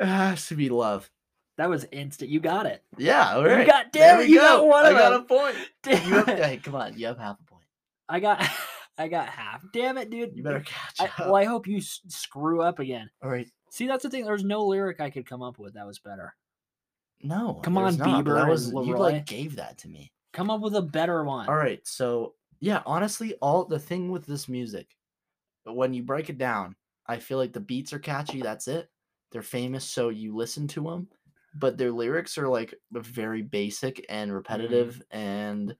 Speaker 1: Ah, It has to be love.
Speaker 2: That was instant. You got it.
Speaker 1: Yeah. All
Speaker 2: You
Speaker 1: right.
Speaker 2: got-
Speaker 1: There
Speaker 2: damn it,
Speaker 1: we
Speaker 2: you got one
Speaker 1: I
Speaker 2: of
Speaker 1: got
Speaker 2: them.
Speaker 1: a point.
Speaker 2: Damn
Speaker 1: You have,
Speaker 2: it.
Speaker 1: hey, come on. You have half a point.
Speaker 2: I got I got half. Damn it, dude.
Speaker 1: You better catch
Speaker 2: I,
Speaker 1: up.
Speaker 2: well, I hope you s- screw up again.
Speaker 1: all right.
Speaker 2: See, that's the thing. There's no lyric I could come up with that was better.
Speaker 1: No.
Speaker 2: Come
Speaker 1: there's
Speaker 2: on,
Speaker 1: not, but
Speaker 2: Bieber
Speaker 1: That
Speaker 2: and
Speaker 1: was you
Speaker 2: Leroy.
Speaker 1: like gave that to me.
Speaker 2: Come up with a better one.
Speaker 1: All right. So, yeah, honestly, all the thing with this music, when you break it down, I feel like the beats are catchy. That's it. They're famous, so you listen to them, but their lyrics are like very basic
Speaker 2: Mm-hmm.
Speaker 1: and repetitive and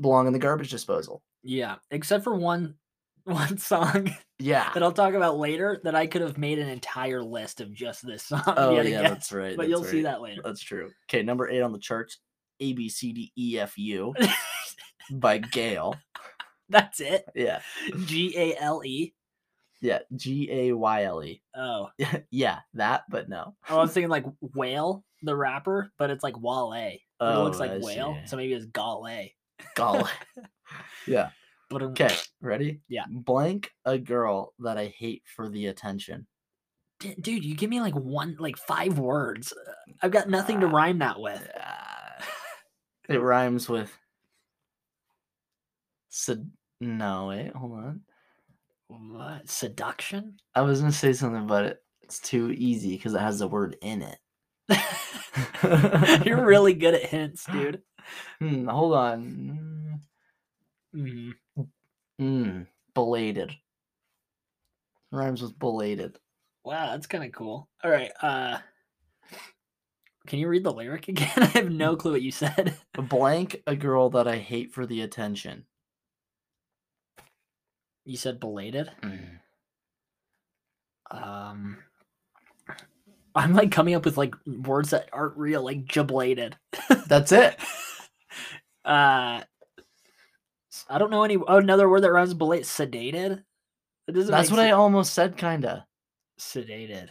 Speaker 1: belong in the garbage disposal.
Speaker 2: Yeah, except for one one song
Speaker 1: Yeah.
Speaker 2: that I'll talk about later that I could have made an entire list of just this song. if you
Speaker 1: Oh,
Speaker 2: had to
Speaker 1: yeah,
Speaker 2: guess,
Speaker 1: that's right.
Speaker 2: But
Speaker 1: that's
Speaker 2: you'll see
Speaker 1: right. Uh,
Speaker 2: that later.
Speaker 1: That's true. Okay, number eight on the charts A, B, C, D, E, F, U by Gail.
Speaker 2: That's it.
Speaker 1: Yeah.
Speaker 2: G A L E.
Speaker 1: Yeah. G, A, Y, L, E.
Speaker 2: Oh.
Speaker 1: Yeah, that, but no.
Speaker 2: Oh, I was thinking like whale, the rapper, but it's like Wale. It
Speaker 1: Oh,
Speaker 2: looks like
Speaker 1: I
Speaker 2: whale,
Speaker 1: see.
Speaker 2: so maybe it's Gale.
Speaker 1: Golly. yeah.
Speaker 2: But um,
Speaker 1: Okay. Ready?
Speaker 2: Yeah.
Speaker 1: Blank a girl that I hate for the attention.
Speaker 2: d- dude, you give me like one, like five words. I've got nothing to
Speaker 1: Ah.
Speaker 2: rhyme that with.
Speaker 1: Ah, it rhymes with. Sed- no, wait, hold on.
Speaker 2: What? Seduction?
Speaker 1: I was going to say something, but it, it's too easy because it has the word in it.
Speaker 2: You're really good at hints, dude.
Speaker 1: Hmm, hold on.
Speaker 2: Mhm.
Speaker 1: Mm, mm, belated. Rhymes with belated.
Speaker 2: Wow, that's kind of cool. All right. Uh, can you read the lyric again? I have no
Speaker 1: Mm.
Speaker 2: clue what you said.
Speaker 1: Blank a girl that I hate for the attention.
Speaker 2: You said belated.
Speaker 1: Mm.
Speaker 2: Um, I'm like coming up with like words that aren't real, like jablated.
Speaker 1: That's it.
Speaker 2: Uh, s- I don't know any oh, another word that rhymes with belated. Sedated. It doesn't.
Speaker 1: That's what I almost said, kinda.
Speaker 2: Sedated.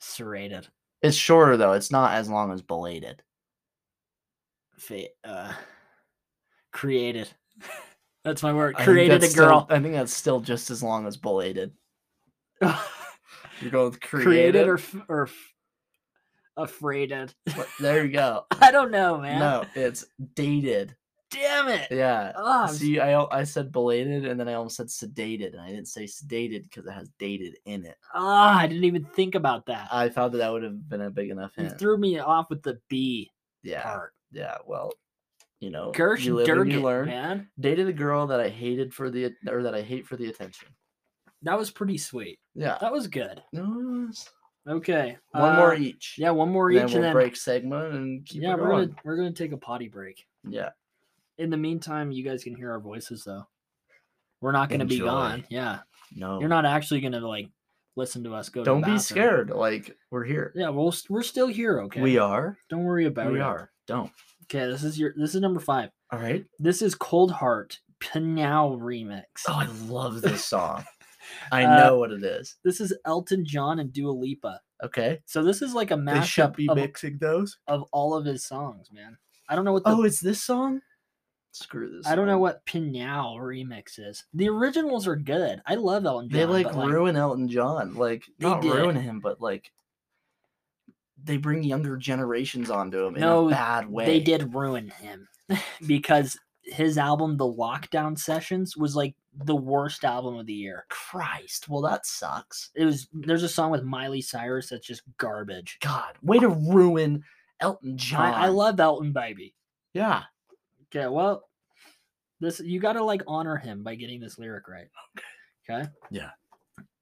Speaker 2: Serrated.
Speaker 1: It's shorter though. It's not as long as belated.
Speaker 2: Fa- uh, created. That's my word.
Speaker 1: I think
Speaker 2: Created a
Speaker 1: that's still-
Speaker 2: girl.
Speaker 1: I think that's still just as long as belated. You're going with created,
Speaker 2: created or f- or f- afraid of.
Speaker 1: What- there you go.
Speaker 2: I don't know, man.
Speaker 1: No, it's dated.
Speaker 2: Damn it.
Speaker 1: Yeah.
Speaker 2: Oh, I'm s-
Speaker 1: See, I al- I said belated, and then I almost said sedated, and I didn't say sedated because it has dated in it.
Speaker 2: ah, I didn't even think about that.
Speaker 1: I thought that that would have been a big enough
Speaker 2: you
Speaker 1: hint.
Speaker 2: threw me off with the B
Speaker 1: Yeah,
Speaker 2: part.
Speaker 1: yeah. Well, you know,
Speaker 2: Gersh
Speaker 1: you live and you
Speaker 2: Durgan,
Speaker 1: learn.
Speaker 2: man.
Speaker 1: Dated a girl that I hated for the at- or that I hate for the attention.
Speaker 2: That was pretty sweet.
Speaker 1: Yeah.
Speaker 2: That was good.
Speaker 1: No, it's-
Speaker 2: Okay.
Speaker 1: One more
Speaker 2: uh,
Speaker 1: each.
Speaker 2: Yeah, one more each,
Speaker 1: then
Speaker 2: and
Speaker 1: we'll
Speaker 2: then
Speaker 1: break segment and keep
Speaker 2: yeah,
Speaker 1: it
Speaker 2: we're
Speaker 1: going.
Speaker 2: gonna we're gonna take a potty break.
Speaker 1: Yeah.
Speaker 2: In the meantime, you guys can hear our voices though. We're not gonna be
Speaker 1: Enjoy.
Speaker 2: gone. Yeah,
Speaker 1: No.
Speaker 2: you're not actually gonna like listen to us go. to the
Speaker 1: Don't be
Speaker 2: bathroom.
Speaker 1: scared. Like we're here.
Speaker 2: Yeah, well, we're still here. Okay,
Speaker 1: We are.
Speaker 2: Don't worry about
Speaker 1: we
Speaker 2: it.
Speaker 1: are. Don't.
Speaker 2: Okay, this is your this is number five.
Speaker 1: All right.
Speaker 2: This is Cold Heart Pinal remix.
Speaker 1: Oh, I love this song. I
Speaker 2: Uh,
Speaker 1: know what it is.
Speaker 2: This is Elton John and Dua Lipa.
Speaker 1: Okay.
Speaker 2: So this is like a mashup of,
Speaker 1: mixing those.
Speaker 2: of all of his songs, man. I don't know what the
Speaker 1: Oh, it's this song. Screw this.
Speaker 2: I don't know
Speaker 1: song.
Speaker 2: what Pinal remix is. The originals are good. I love Elton John.
Speaker 1: they like
Speaker 2: but,
Speaker 1: ruin Elton John. Like
Speaker 2: They
Speaker 1: not
Speaker 2: did.
Speaker 1: ruin him, but like they bring younger generations onto him
Speaker 2: No,
Speaker 1: in a bad way.
Speaker 2: They did ruin him because his album The Lockdown Sessions was like the worst album of the year.
Speaker 1: Christ. Well, that sucks.
Speaker 2: It was there's a song with Miley Cyrus that's just garbage.
Speaker 1: God, way to ruin Elton John.
Speaker 2: I, I love Elton Baby.
Speaker 1: Yeah.
Speaker 2: Okay, well, This you got to like honor him by getting this lyric right. Okay. Okay.
Speaker 1: Yeah.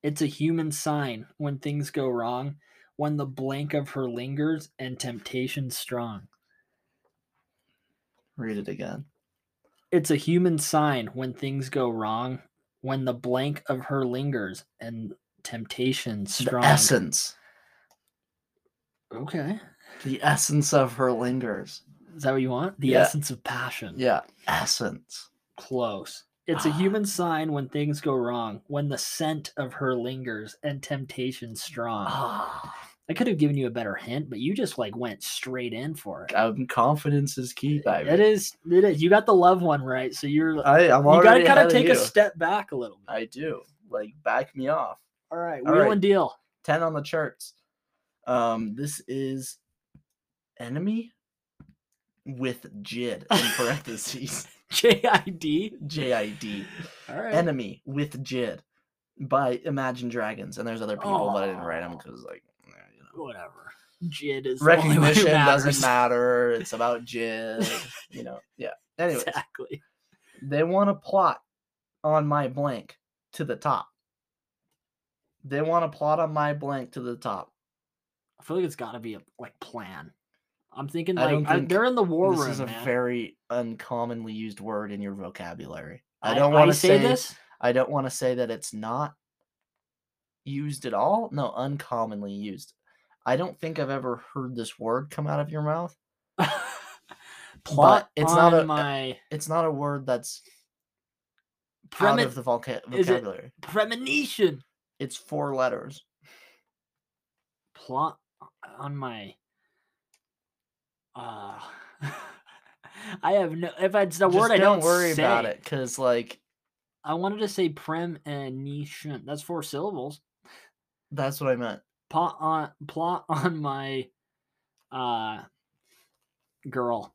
Speaker 2: It's a human sign when things go wrong, when the blank of her lingers and temptation strong.
Speaker 1: Read it again.
Speaker 2: It's a human sign when things go wrong, when the blank of her lingers and temptation strong.
Speaker 1: The essence.
Speaker 2: Okay.
Speaker 1: The essence of her lingers.
Speaker 2: Is that what you want? The
Speaker 1: Yeah.
Speaker 2: essence of passion.
Speaker 1: Yeah. Essence.
Speaker 2: Close. It's a
Speaker 1: Ah.
Speaker 2: human sign when things go wrong, when the scent of her lingers and temptation strong.
Speaker 1: Ah.
Speaker 2: I could have given you a better hint, but you just like went straight in for it.
Speaker 1: Um, confidence is key, baby.
Speaker 2: It is, it is. You got the love one right, so you're.
Speaker 1: I, I'm
Speaker 2: you
Speaker 1: already
Speaker 2: gotta kind
Speaker 1: ahead
Speaker 2: of take
Speaker 1: you.
Speaker 2: a step back a little bit.
Speaker 1: I do. Like, back me off.
Speaker 2: All right,
Speaker 1: All
Speaker 2: wheel
Speaker 1: right.
Speaker 2: and deal.
Speaker 1: 10 on the charts. Um, this is Enemy with Jid in parentheses.
Speaker 2: JID.
Speaker 1: J I D.
Speaker 2: All right.
Speaker 1: Enemy with Jid by Imagine Dragons. And there's other people, but I didn't write them
Speaker 2: Oh.
Speaker 1: because, like, eh, you know.
Speaker 2: Whatever. Jid is the only way it
Speaker 1: recognition
Speaker 2: matters.
Speaker 1: doesn't matter. It's about Jid. you know, yeah. Anyways,
Speaker 2: Exactly.
Speaker 1: they want to plot on my blank to the top. They want to plot on my blank to the top.
Speaker 2: I feel like it's got to be a like plan. I'm thinking
Speaker 1: I
Speaker 2: like
Speaker 1: don't
Speaker 2: I-
Speaker 1: think
Speaker 2: they're in the war
Speaker 1: this
Speaker 2: room.
Speaker 1: is a
Speaker 2: man.
Speaker 1: very uncommonly used word in your vocabulary. I don't want to say,
Speaker 2: say this.
Speaker 1: I don't want to say that it's not used at all. No, uncommonly used. I don't think I've ever heard this word come out of your mouth.
Speaker 2: Plot
Speaker 1: it's
Speaker 2: on
Speaker 1: not a- uh,
Speaker 2: my
Speaker 1: It's not a word that's out
Speaker 2: premi-
Speaker 1: of the volca-
Speaker 2: is it-
Speaker 1: vocabulary.
Speaker 2: premonition.
Speaker 1: It's four letters.
Speaker 2: Plot on my. Uh, I have no. If it's the
Speaker 1: Just
Speaker 2: word, I
Speaker 1: don't,
Speaker 2: don't
Speaker 1: worry about
Speaker 2: say.
Speaker 1: it because, like,
Speaker 2: I wanted to say premonition. That's four syllables.
Speaker 1: that's what I meant.
Speaker 2: Plot on plot on my. Uh, girl.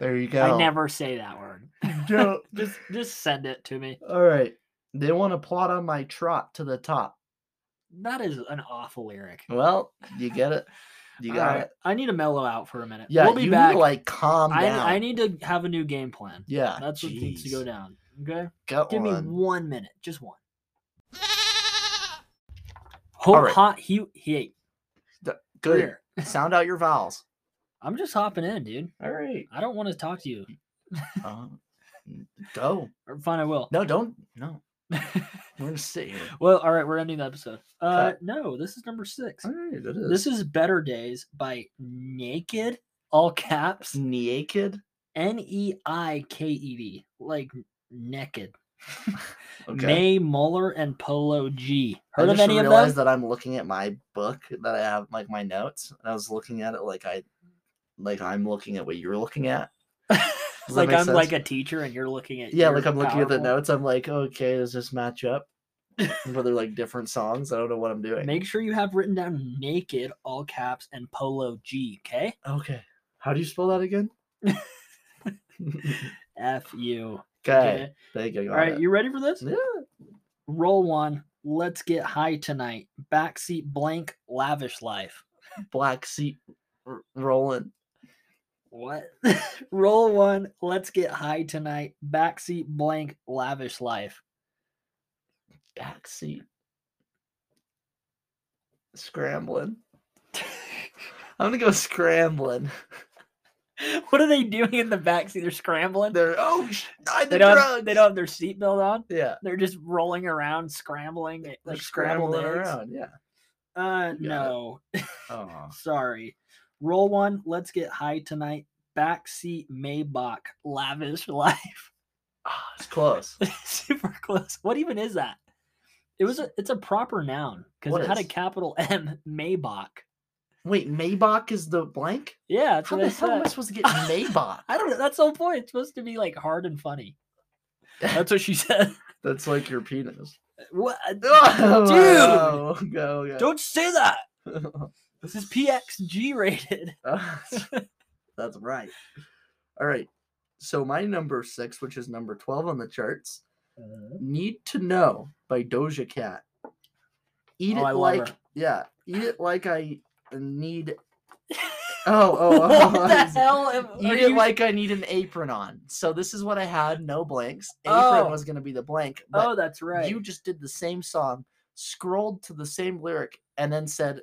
Speaker 1: There you go.
Speaker 2: I never say that word.
Speaker 1: Joe,
Speaker 2: just just send it to me.
Speaker 1: all right. They want to plot on my trot to the top.
Speaker 2: That is an awful lyric.
Speaker 1: Well, you get it. You
Speaker 2: All
Speaker 1: got
Speaker 2: right,
Speaker 1: it.
Speaker 2: I need to mellow out for a minute.
Speaker 1: Yeah,
Speaker 2: we'll be
Speaker 1: you
Speaker 2: back.
Speaker 1: need to like calm
Speaker 2: I,
Speaker 1: down.
Speaker 2: I need to have a new game plan.
Speaker 1: yeah,
Speaker 2: That's what needs to go
Speaker 1: jeez.
Speaker 2: down. Okay,
Speaker 1: Got
Speaker 2: give me
Speaker 1: one.
Speaker 2: one minute, just one. Hot,
Speaker 1: All right.
Speaker 2: hot, he, he,
Speaker 1: Good.
Speaker 2: here.
Speaker 1: Sound out your vowels.
Speaker 2: I'm just hopping in, dude.
Speaker 1: All right.
Speaker 2: I don't want to talk to you.
Speaker 1: Um, n- go.
Speaker 2: Or Fine, I will.
Speaker 1: No, don't. No, we're gonna sit here.
Speaker 2: well, all right, we're ending the episode. Uh,
Speaker 1: Cut.
Speaker 2: no, this is number six.
Speaker 1: right, that
Speaker 2: This is Better Days by Naked, all caps,
Speaker 1: Mm. naked.
Speaker 2: N E I K E D, like naked.
Speaker 1: Okay.
Speaker 2: May Muller and Polo G. Heard
Speaker 1: I
Speaker 2: of
Speaker 1: just
Speaker 2: any of
Speaker 1: realized
Speaker 2: them?
Speaker 1: that I'm looking at my book that I have, like my notes. And I was looking at it like I, like I'm looking at what you're looking at. Does that
Speaker 2: like
Speaker 1: make
Speaker 2: I'm
Speaker 1: sense?
Speaker 2: like a teacher and you're looking at
Speaker 1: Yeah,
Speaker 2: your
Speaker 1: like I'm looking at the
Speaker 2: PowerPoint.
Speaker 1: notes. I'm like, okay, does this match up? but they're like different songs. I don't know what I'm doing.
Speaker 2: Make sure you have written down naked all caps and polo G. Okay.
Speaker 1: Okay. How do you spell that again?
Speaker 2: F you.
Speaker 1: okay. Thank you.
Speaker 2: All right, you ready for this?
Speaker 1: Yeah.
Speaker 2: Roll one. Let's get high tonight. Backseat blank. Lavish life.
Speaker 1: Black seat r- rolling.
Speaker 2: What? Roll one. Let's get high tonight. Backseat blank. Lavish life.
Speaker 1: Back seat. Scrambling. I'm gonna go scrambling.
Speaker 2: what are they doing in the backseat? They're scrambling.
Speaker 1: They're oh, sh- I
Speaker 2: they
Speaker 1: did
Speaker 2: don't.
Speaker 1: drugs.
Speaker 2: Have, they don't have their seatbelt on.
Speaker 1: Yeah,
Speaker 2: They're just rolling around, scrambling,
Speaker 1: they're
Speaker 2: like scrambled
Speaker 1: scrambling
Speaker 2: eggs.
Speaker 1: around. Yeah.
Speaker 2: Uh,
Speaker 1: You got it.
Speaker 2: no.
Speaker 1: Oh.
Speaker 2: Sorry. Roll one. Let's get high tonight. Backseat Maybach. Lavish life.
Speaker 1: Ah, it's close.
Speaker 2: Super close. What even is that? It was a, it's a proper noun because
Speaker 1: What
Speaker 2: it had a
Speaker 1: is?
Speaker 2: capital M Maybach.
Speaker 1: Wait, Maybach is the blank.
Speaker 2: Yeah, that's
Speaker 1: How
Speaker 2: what
Speaker 1: the
Speaker 2: I
Speaker 1: hell am I
Speaker 2: said.
Speaker 1: supposed to get Maybach?
Speaker 2: I don't know. That's the whole point. It's supposed to be like hard and funny. That's what she said.
Speaker 1: That's like your penis.
Speaker 2: What?
Speaker 1: Oh, Dude, go, go.
Speaker 2: Don't say that. This is PXG rated.
Speaker 1: Uh, That's right. All right. So my number six, which is number twelve on the charts, "Need to Know" by Doja Cat. Eat
Speaker 2: Oh,
Speaker 1: it
Speaker 2: I love her.
Speaker 1: like yeah, eat it like I need Oh, oh, oh.
Speaker 2: what the hell? Am,
Speaker 1: You
Speaker 2: are
Speaker 1: didn't like I need an apron on. So this is what I had, no blanks. Apron
Speaker 2: Oh.
Speaker 1: was gonna be the blank. But
Speaker 2: Oh, that's right.
Speaker 1: you just did the same song, scrolled to the same lyric, and then said,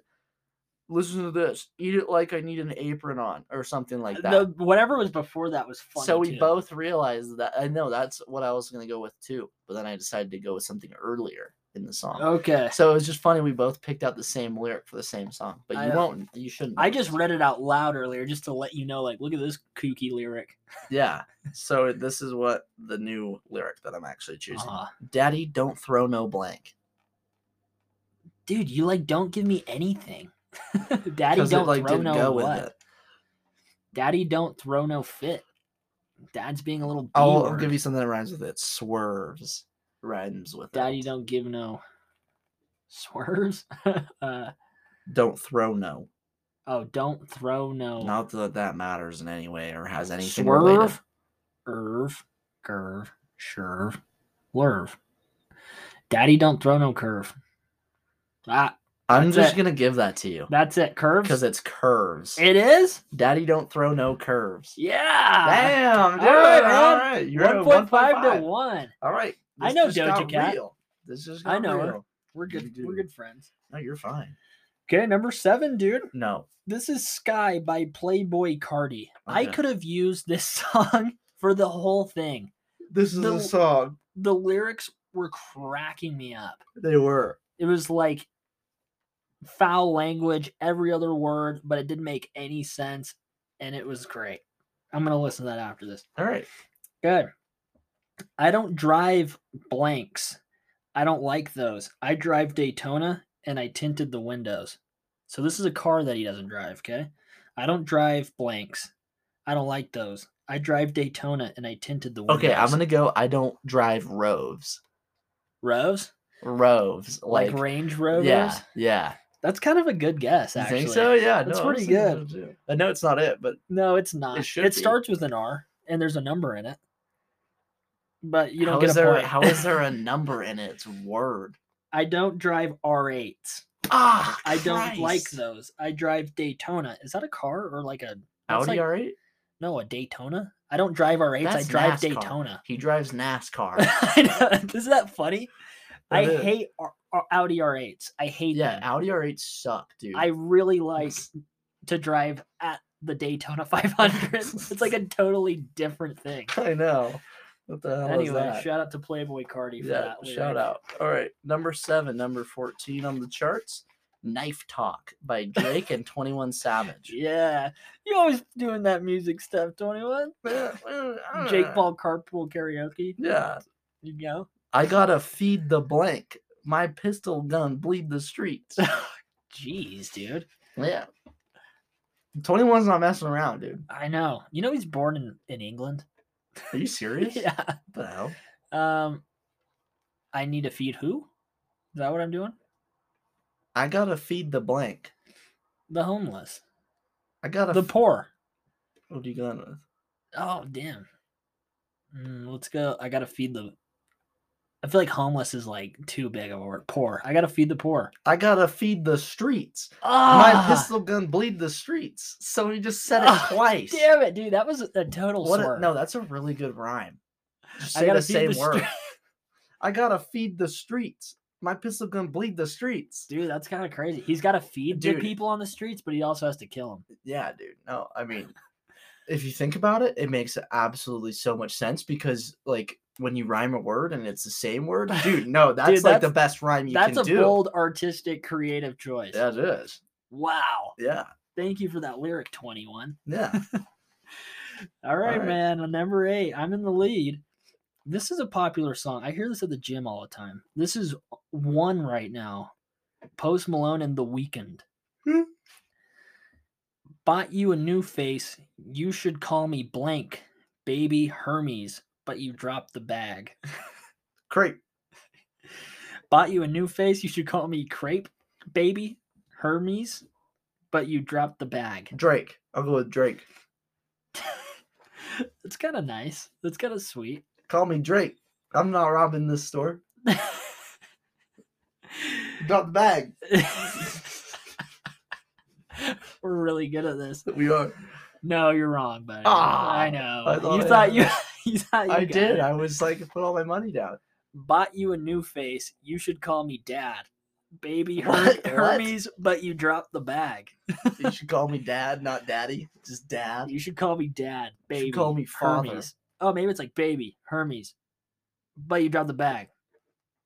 Speaker 1: Listen to this. Eat it like I need an apron on, or something like that.
Speaker 2: The, whatever was before that was funny.
Speaker 1: so we
Speaker 2: too.
Speaker 1: both realized that I know that's what I was gonna go with too, but then I decided to go with something earlier in the song.
Speaker 2: Okay.
Speaker 1: So it was just funny we both picked out the same lyric for the same song. But
Speaker 2: I
Speaker 1: you
Speaker 2: know.
Speaker 1: won't you shouldn't
Speaker 2: I
Speaker 1: have.
Speaker 2: just read it out loud earlier just to let you know, like, look at this kooky lyric.
Speaker 1: Yeah. So this is what the new lyric that I'm actually choosing.
Speaker 2: Uh,
Speaker 1: Daddy, don't throw no blank.
Speaker 2: dude, you like don't give me anything. Daddy
Speaker 1: 'Cause it,
Speaker 2: don't
Speaker 1: like,
Speaker 2: throw
Speaker 1: didn't
Speaker 2: no
Speaker 1: go with
Speaker 2: what.
Speaker 1: it.
Speaker 2: Daddy don't throw no fit. Dad's being a little. B
Speaker 1: I'll, I'll
Speaker 2: word.
Speaker 1: give you something that rhymes with it. Swerves rhymes with
Speaker 2: Daddy
Speaker 1: it.
Speaker 2: don't give no swerves. uh,
Speaker 1: Don't throw no.
Speaker 2: oh, don't throw no.
Speaker 1: Not that that matters in any way or has anything related.
Speaker 2: Oh. Swerve, Irv, Curve, Sherve, Lurve. Daddy don't throw no curve. Ah,
Speaker 1: I'm
Speaker 2: That's
Speaker 1: just
Speaker 2: it.
Speaker 1: gonna give that to you
Speaker 2: that's it. Curves.
Speaker 1: because it's curves.
Speaker 2: it is.
Speaker 1: Daddy, don't throw no curves.
Speaker 2: Yeah.
Speaker 1: Damn, dude,
Speaker 2: all right,
Speaker 1: all
Speaker 2: man.
Speaker 1: right, you're at
Speaker 2: One point five
Speaker 1: 1.5.
Speaker 2: to one.
Speaker 1: All right,
Speaker 2: I
Speaker 1: this
Speaker 2: know
Speaker 1: just got
Speaker 2: Doja Cat.
Speaker 1: real. This just
Speaker 2: I
Speaker 1: got
Speaker 2: know her.
Speaker 1: real.
Speaker 2: We're
Speaker 1: You
Speaker 2: good.
Speaker 1: do.
Speaker 2: We're good friends.
Speaker 1: No, you're fine.
Speaker 2: Okay, number seven, dude.
Speaker 1: No,
Speaker 2: This is Sky by Playboy Cardi. I
Speaker 1: Okay.
Speaker 2: could have used this song for the whole thing.
Speaker 1: this is
Speaker 2: The-
Speaker 1: a song.
Speaker 2: The lyrics were cracking me up.
Speaker 1: They were.
Speaker 2: it was like foul language every other word but it didn't make any sense and it was great i'm gonna listen to that after this
Speaker 1: All right.
Speaker 2: good i don't drive blanks i don't like those i drive daytona and i tinted the windows so this is a car that he doesn't drive okay i don't drive blanks i don't like those i drive daytona and i tinted the windows
Speaker 1: Okay, I'm gonna go. I don't drive roves.
Speaker 2: roves
Speaker 1: Roves,
Speaker 2: like,
Speaker 1: like,
Speaker 2: range rovers
Speaker 1: yeah, yeah.
Speaker 2: that's kind of a good guess
Speaker 1: You
Speaker 2: actually
Speaker 1: think so? Yeah,
Speaker 2: That's
Speaker 1: no, I was
Speaker 2: pretty
Speaker 1: thinking so too. I know it's not it, but
Speaker 2: No, it's not. It,
Speaker 1: should be.
Speaker 2: starts with an R and there's a number in it. But you don't
Speaker 1: how
Speaker 2: get
Speaker 1: is
Speaker 2: a
Speaker 1: there
Speaker 2: point.
Speaker 1: how is there a number in it? It's word.
Speaker 2: I don't drive R8s.
Speaker 1: Ah,
Speaker 2: I don't like
Speaker 1: Christ.
Speaker 2: those. I drive Daytona. Is that a car or like a that's
Speaker 1: Audi
Speaker 2: like-
Speaker 1: R8.
Speaker 2: no, a Daytona? I don't drive R8s.
Speaker 1: That's
Speaker 2: I drive
Speaker 1: NASCAR.
Speaker 2: Daytona.
Speaker 1: He drives NASCAR.
Speaker 2: I know. Isn't that funny? I
Speaker 1: It is.
Speaker 2: hate R- R- Audi R8s. I hate
Speaker 1: yeah,
Speaker 2: them.
Speaker 1: Audi R8 suck, dude.
Speaker 2: I really like to drive at the Daytona 500. it's like a totally different thing.
Speaker 1: I know. What the hell is
Speaker 2: Anyway,
Speaker 1: that?
Speaker 2: shout out to Playboy Cardi for
Speaker 1: yeah,
Speaker 2: that.
Speaker 1: shout
Speaker 2: lyric.
Speaker 1: out. All right, number seven, number fourteen on the charts. Knife Talk by Drake and Twenty One Savage.
Speaker 2: Yeah. You always doing that music stuff, 21.
Speaker 1: Mm.
Speaker 2: Jake Paul carpool karaoke.
Speaker 1: Yeah,
Speaker 2: You know?
Speaker 1: I gotta feed the blank. My pistol gun bleed the streets.
Speaker 2: Jeez, dude.
Speaker 1: yeah. 21's not messing around, dude.
Speaker 2: I know. You know he's born in, in England.
Speaker 1: Are you serious?
Speaker 2: yeah.
Speaker 1: What the hell?
Speaker 2: Um I need to feed who? Is that what I'm doing?
Speaker 1: I gotta feed the blank.
Speaker 2: The homeless.
Speaker 1: I gotta.
Speaker 2: The
Speaker 1: f-
Speaker 2: poor.
Speaker 1: what are you going with?
Speaker 2: Oh damn. Mm, let's go. I gotta feed the I feel like homeless is like too big of a word. Poor. I gotta feed the poor.
Speaker 1: I gotta feed the streets.
Speaker 2: Ah,
Speaker 1: My pistol gun bleed the streets. So he just said it
Speaker 2: Ah,
Speaker 1: twice.
Speaker 2: Damn it, dude. That was a total
Speaker 1: What a-
Speaker 2: swerve.
Speaker 1: no, that's a really good rhyme. Just say
Speaker 2: I
Speaker 1: the
Speaker 2: gotta feed
Speaker 1: same
Speaker 2: the
Speaker 1: word.
Speaker 2: street-
Speaker 1: I gotta feed the streets. My pistol gun bleed the streets.
Speaker 2: Dude, that's kind of crazy. He's got to feed the
Speaker 1: Dude.
Speaker 2: people on the streets, but he also has to kill them.
Speaker 1: Yeah, dude. No, I mean, if you think about it, it makes absolutely so much sense because, like, when you rhyme a word and it's the same word, dude, no, that's like the
Speaker 2: that's-
Speaker 1: best rhyme you
Speaker 2: That's
Speaker 1: can
Speaker 2: a
Speaker 1: do.
Speaker 2: bold artistic creative choice.
Speaker 1: That is.
Speaker 2: Wow.
Speaker 1: Yeah.
Speaker 2: Thank you for that lyric 21.
Speaker 1: Yeah.
Speaker 2: All right,
Speaker 1: right.
Speaker 2: man. On number 8, I'm in the lead. This is a popular song. I hear this at the gym all the time. This is one right now. Post Malone and The Weeknd.
Speaker 1: Hmm.
Speaker 2: Bought you a new face. You should call me blank, baby Hermes, but you dropped the bag.
Speaker 1: Great.
Speaker 2: Bought you a new face. You should call me Crepe Baby Hermes, but you dropped the bag.
Speaker 1: Drake. I'll go with Drake.
Speaker 2: That's kind of nice. That's kind of sweet.
Speaker 1: Call me Drake. I'm not robbing this store. Drop the bag.
Speaker 2: We're really good at this.
Speaker 1: We are.
Speaker 2: No, you're wrong, buddy.
Speaker 1: Ah,
Speaker 2: I know.
Speaker 1: I thought
Speaker 2: you
Speaker 1: I
Speaker 2: thought
Speaker 1: had
Speaker 2: you, you thought you
Speaker 1: I
Speaker 2: got
Speaker 1: did.
Speaker 2: it.
Speaker 1: I was like, put all my money down.
Speaker 2: bought you a new face. You should call me dad. Baby Her-
Speaker 1: What? What?
Speaker 2: Hermes, but you dropped the bag.
Speaker 1: You should call me dad, not daddy. Just dad.
Speaker 2: You should call me dad,
Speaker 1: You
Speaker 2: baby.
Speaker 1: should call me father.
Speaker 2: Hermes. Oh, maybe it's like baby Hermes, but you dropped the bag.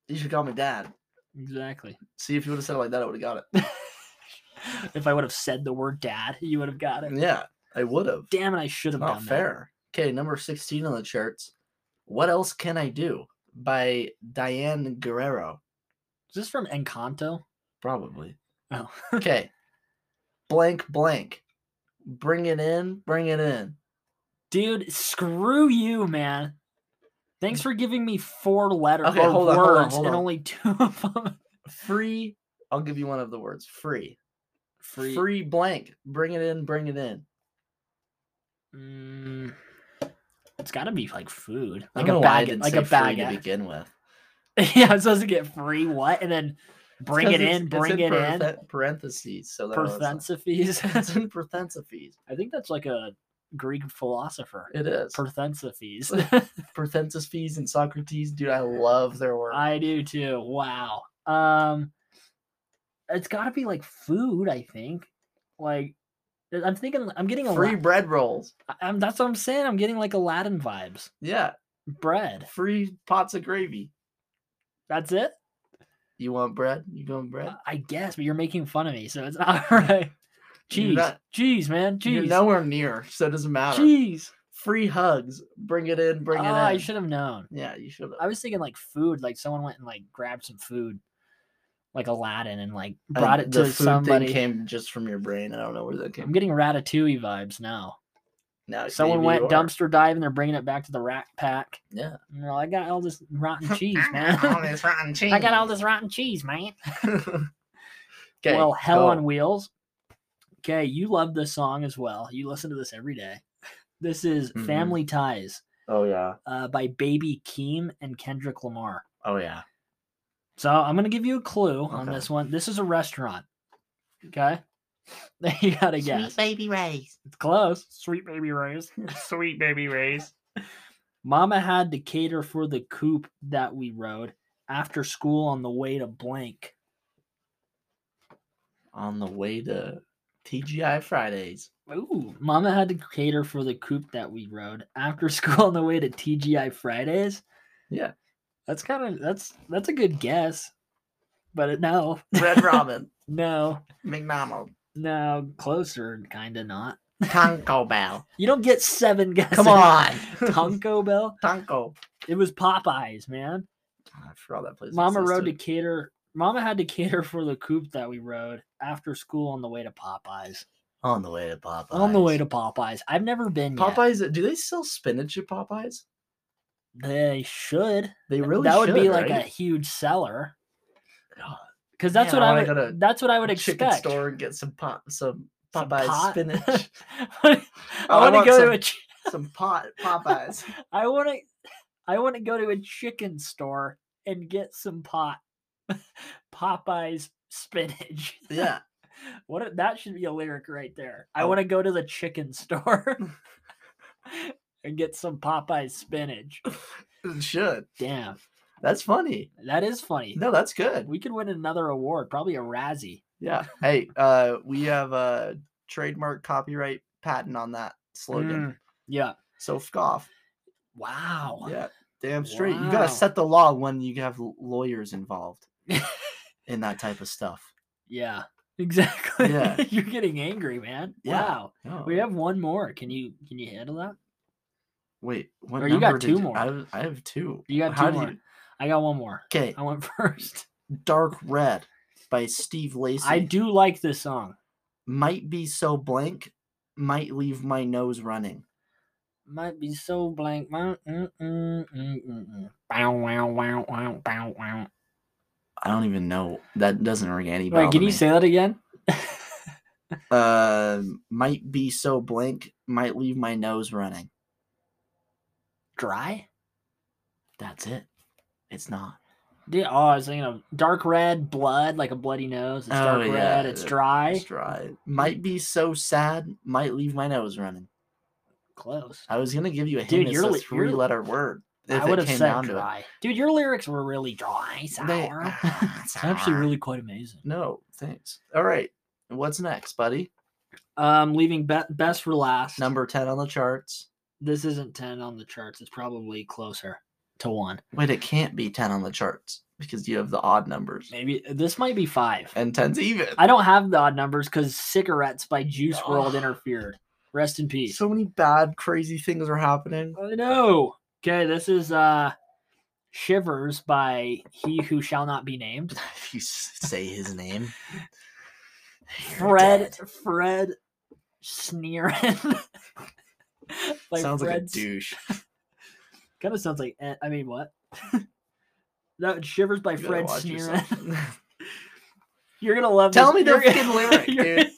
Speaker 1: You should call me dad.
Speaker 2: Exactly.
Speaker 1: See if you would have said it like that, I would have got it.
Speaker 2: If I would have said the word dad, you would have got it.
Speaker 1: Yeah, I would have.
Speaker 2: Damn it, I should have
Speaker 1: Not
Speaker 2: done
Speaker 1: fair. Okay, number 16 on the charts. What else can I do? By Diane Guerrero,
Speaker 2: that. Is this from Encanto?
Speaker 1: probably.
Speaker 2: Oh.
Speaker 1: Okay. blank blank. Bring it in, bring it in.
Speaker 2: Dude, screw you, man. Thanks for giving me four letters
Speaker 1: Okay,
Speaker 2: or
Speaker 1: hold on,
Speaker 2: words
Speaker 1: hold on, hold
Speaker 2: and
Speaker 1: on.
Speaker 2: only two of them.
Speaker 1: Free, I'll give you one of the words. Free.
Speaker 2: Free.
Speaker 1: Free blank. Bring it in, bring it in.
Speaker 2: Mm, it's got to be like food,
Speaker 1: I
Speaker 2: like
Speaker 1: don't know
Speaker 2: a
Speaker 1: why I
Speaker 2: bag,
Speaker 1: didn't
Speaker 2: like
Speaker 1: say
Speaker 2: a bag.
Speaker 1: free to
Speaker 2: of-
Speaker 1: begin with.
Speaker 2: yeah, I'm supposed to get free what, and then bring
Speaker 1: 'cause
Speaker 2: it
Speaker 1: it's-
Speaker 2: in,
Speaker 1: it's
Speaker 2: bring it in.
Speaker 1: parenthe- Parentheses. So that was like-
Speaker 2: Perthensiphes.
Speaker 1: it's in parentheses.
Speaker 2: I think that's like a Greek philosopher.
Speaker 1: It is.
Speaker 2: Perthensiphes.
Speaker 1: Perthensiphes and Socrates, dude, I love their work.
Speaker 2: I do too. Wow. Um, it's got to be like food. I think. Like, I'm thinking. I'm getting a.
Speaker 1: Free bread rolls.
Speaker 2: I'm, that's what I'm saying. I'm getting like Aladdin vibes.
Speaker 1: Yeah,
Speaker 2: Bread.
Speaker 1: free pots of gravy.
Speaker 2: That's it.
Speaker 1: You want bread? You going bread?
Speaker 2: I- I guess, but you're making fun of me, so it's not right.
Speaker 1: You're
Speaker 2: Cheese,
Speaker 1: not-
Speaker 2: cheese, man,
Speaker 1: You're
Speaker 2: cheese,
Speaker 1: nowhere near, so it doesn't matter.
Speaker 2: cheese.
Speaker 1: Free hugs. Bring it in. Bring
Speaker 2: Ah,
Speaker 1: it in.
Speaker 2: I should have known.
Speaker 1: Yeah, you should.
Speaker 2: I was thinking like food, like someone went and like grabbed some food, like Aladdin, and like brought it to
Speaker 1: the food
Speaker 2: somebody.
Speaker 1: Thing came just from your brain. I don't know where that
Speaker 2: I'm
Speaker 1: came.
Speaker 2: getting Ratatouille vibes now.
Speaker 1: Now
Speaker 2: Mm-hmm. Someone
Speaker 1: maybe
Speaker 2: went
Speaker 1: you are.
Speaker 2: dumpster dive and they're bringing it back to the Rat Pack.
Speaker 1: Yeah.
Speaker 2: And they're like, I got all this rotten cheese,
Speaker 1: I got all
Speaker 2: man.
Speaker 1: this rotten cheese.
Speaker 2: I got all this rotten cheese, man.
Speaker 1: okay,
Speaker 2: well, Hell
Speaker 1: go.
Speaker 2: on Wheels. Okay, you love this song as well. You listen to this every day. This is
Speaker 1: Mhm.
Speaker 2: Family Ties
Speaker 1: Oh yeah.
Speaker 2: uh, by Baby Keem and Kendrick Lamar.
Speaker 1: Oh yeah.
Speaker 2: So I'm gonna give you a clue on
Speaker 1: Okay.
Speaker 2: this one. This is a restaurant. Okay, you gotta guess.
Speaker 1: baby rays.
Speaker 2: It's close. Sweet baby Ray's.
Speaker 1: Sweet baby rays.
Speaker 2: Mama had to cater for the coop that we rode after school on the way to blank.
Speaker 1: On the way to TGI Fridays.
Speaker 2: Ooh. Mama had to cater for the coop that we rode after school on the way to TGI Fridays.
Speaker 1: Yeah.
Speaker 2: That's kind of that's that's a good guess. But it, no,
Speaker 1: Red Robin.
Speaker 2: no,
Speaker 1: McDonald.
Speaker 2: no, closer, kinda not.
Speaker 1: Tonko Bell.
Speaker 2: You don't get seven guesses.
Speaker 1: Come on.
Speaker 2: Tonko Bell.
Speaker 1: Tonko.
Speaker 2: It was Popeyes, man.
Speaker 1: I forgot that place.
Speaker 2: Mama rode to
Speaker 1: existed.
Speaker 2: cater Mama had to cater for the coop that we rode after school on the way to Popeyes.
Speaker 1: on the way to Popeyes.
Speaker 2: On the way to Popeyes. I've never been yet.
Speaker 1: Popeyes. Do they sell spinach at Popeyes?
Speaker 2: They should.
Speaker 1: They really
Speaker 2: that would
Speaker 1: should,
Speaker 2: be like a
Speaker 1: right?
Speaker 2: huge seller
Speaker 1: God,
Speaker 2: because that's
Speaker 1: Man,
Speaker 2: what
Speaker 1: I
Speaker 2: I,
Speaker 1: wanna go
Speaker 2: would.
Speaker 1: to
Speaker 2: That's what I would
Speaker 1: chicken
Speaker 2: expect.
Speaker 1: store and get some pot, some
Speaker 2: Some
Speaker 1: Popeyes
Speaker 2: pot.
Speaker 1: spinach,
Speaker 2: I
Speaker 1: I
Speaker 2: want to
Speaker 1: want
Speaker 2: go
Speaker 1: some-
Speaker 2: to a. Ch-
Speaker 1: some pot Popeyes.
Speaker 2: I want to. I want to go to a chicken store and get some pot Popeyes spinach.
Speaker 1: Yeah,
Speaker 2: What a, that should be a lyric right there. I
Speaker 1: Oh.
Speaker 2: want to go to the chicken store and get some Popeyes spinach.
Speaker 1: it should.
Speaker 2: Damn,
Speaker 1: That's funny.
Speaker 2: that is funny.
Speaker 1: No, that's good.
Speaker 2: We could win another award, probably a Razzie.
Speaker 1: Yeah. Hey, uh, we have a trademark copyright patent on that slogan.
Speaker 2: Mm, yeah.
Speaker 1: So fuck off.
Speaker 2: Wow.
Speaker 1: Yeah, damn straight. You gotta
Speaker 2: Wow.
Speaker 1: set the law when you have l- lawyers involved in that type of stuff.
Speaker 2: Yeah, exactly.
Speaker 1: Yeah.
Speaker 2: You're getting angry, man.
Speaker 1: Yeah.
Speaker 2: Wow.
Speaker 1: No.
Speaker 2: We have one more. Can you can you handle that?
Speaker 1: Wait, what
Speaker 2: Or Oh, you got
Speaker 1: number did
Speaker 2: two more.
Speaker 1: I, have- I have two.
Speaker 2: You got two more. Um, I got one more.
Speaker 1: okay,
Speaker 2: I went first.
Speaker 1: Dark Red by Steve Lacy.
Speaker 2: I do like this song.
Speaker 1: might be so blank, might leave my nose running.
Speaker 2: Might be so blank. Wow, mm, mm, mm, mm, mm. Bow wow wow wow bow wow.
Speaker 1: I don't even know. That doesn't ring any bell.
Speaker 2: Wait, can
Speaker 1: to
Speaker 2: you
Speaker 1: me.
Speaker 2: say that again?
Speaker 1: Uh, might be so blank, might leave my nose running.
Speaker 2: Dry?
Speaker 1: That's it. It's not.
Speaker 2: Yeah, oh, I was thinking of dark red blood, like a bloody nose. It's
Speaker 1: Oh,
Speaker 2: dark
Speaker 1: yeah,
Speaker 2: red. It's
Speaker 1: it-
Speaker 2: dry.
Speaker 1: It's dry. Might be so sad, might leave my nose running.
Speaker 2: Close.
Speaker 1: I was gonna give you a hint.
Speaker 2: Dude,
Speaker 1: it's
Speaker 2: you're
Speaker 1: a
Speaker 2: li- you're-
Speaker 1: three letter word. If
Speaker 2: I
Speaker 1: it
Speaker 2: would have
Speaker 1: came
Speaker 2: said
Speaker 1: down to
Speaker 2: dry. Dude, your lyrics were really dry.
Speaker 1: it.
Speaker 2: Sour.
Speaker 1: They-
Speaker 2: it's actually
Speaker 1: sour.
Speaker 2: really quite amazing.
Speaker 1: No, thanks. All right. What's next, buddy?
Speaker 2: Um, leaving be- best for last.
Speaker 1: Number ten on the charts.
Speaker 2: This isn't ten on the charts. It's probably closer to one.
Speaker 1: Wait, it can't be ten on the charts because you have the odd numbers.
Speaker 2: Maybe this might be five.
Speaker 1: And ten's even.
Speaker 2: I don't have the odd numbers because cigarettes by Juice World
Speaker 1: Ugh.
Speaker 2: interfered. Rest in peace.
Speaker 1: So many bad, crazy things are happening.
Speaker 2: I know. Okay, this is uh Shivers by He Who Shall Not Be Named.
Speaker 1: If you s- say his name, you're
Speaker 2: Fred
Speaker 1: dead.
Speaker 2: Fred Sneerin.
Speaker 1: sounds like a douche.
Speaker 2: Kind of sounds like eh, I mean what? that Shivers by
Speaker 1: You gotta
Speaker 2: Fred
Speaker 1: watch
Speaker 2: Sneerin.
Speaker 1: yourself.
Speaker 2: You're gonna love
Speaker 1: Tell me
Speaker 2: this.
Speaker 1: the
Speaker 2: you're
Speaker 1: fucking
Speaker 2: gonna-
Speaker 1: lyric,
Speaker 2: you're-
Speaker 1: dude.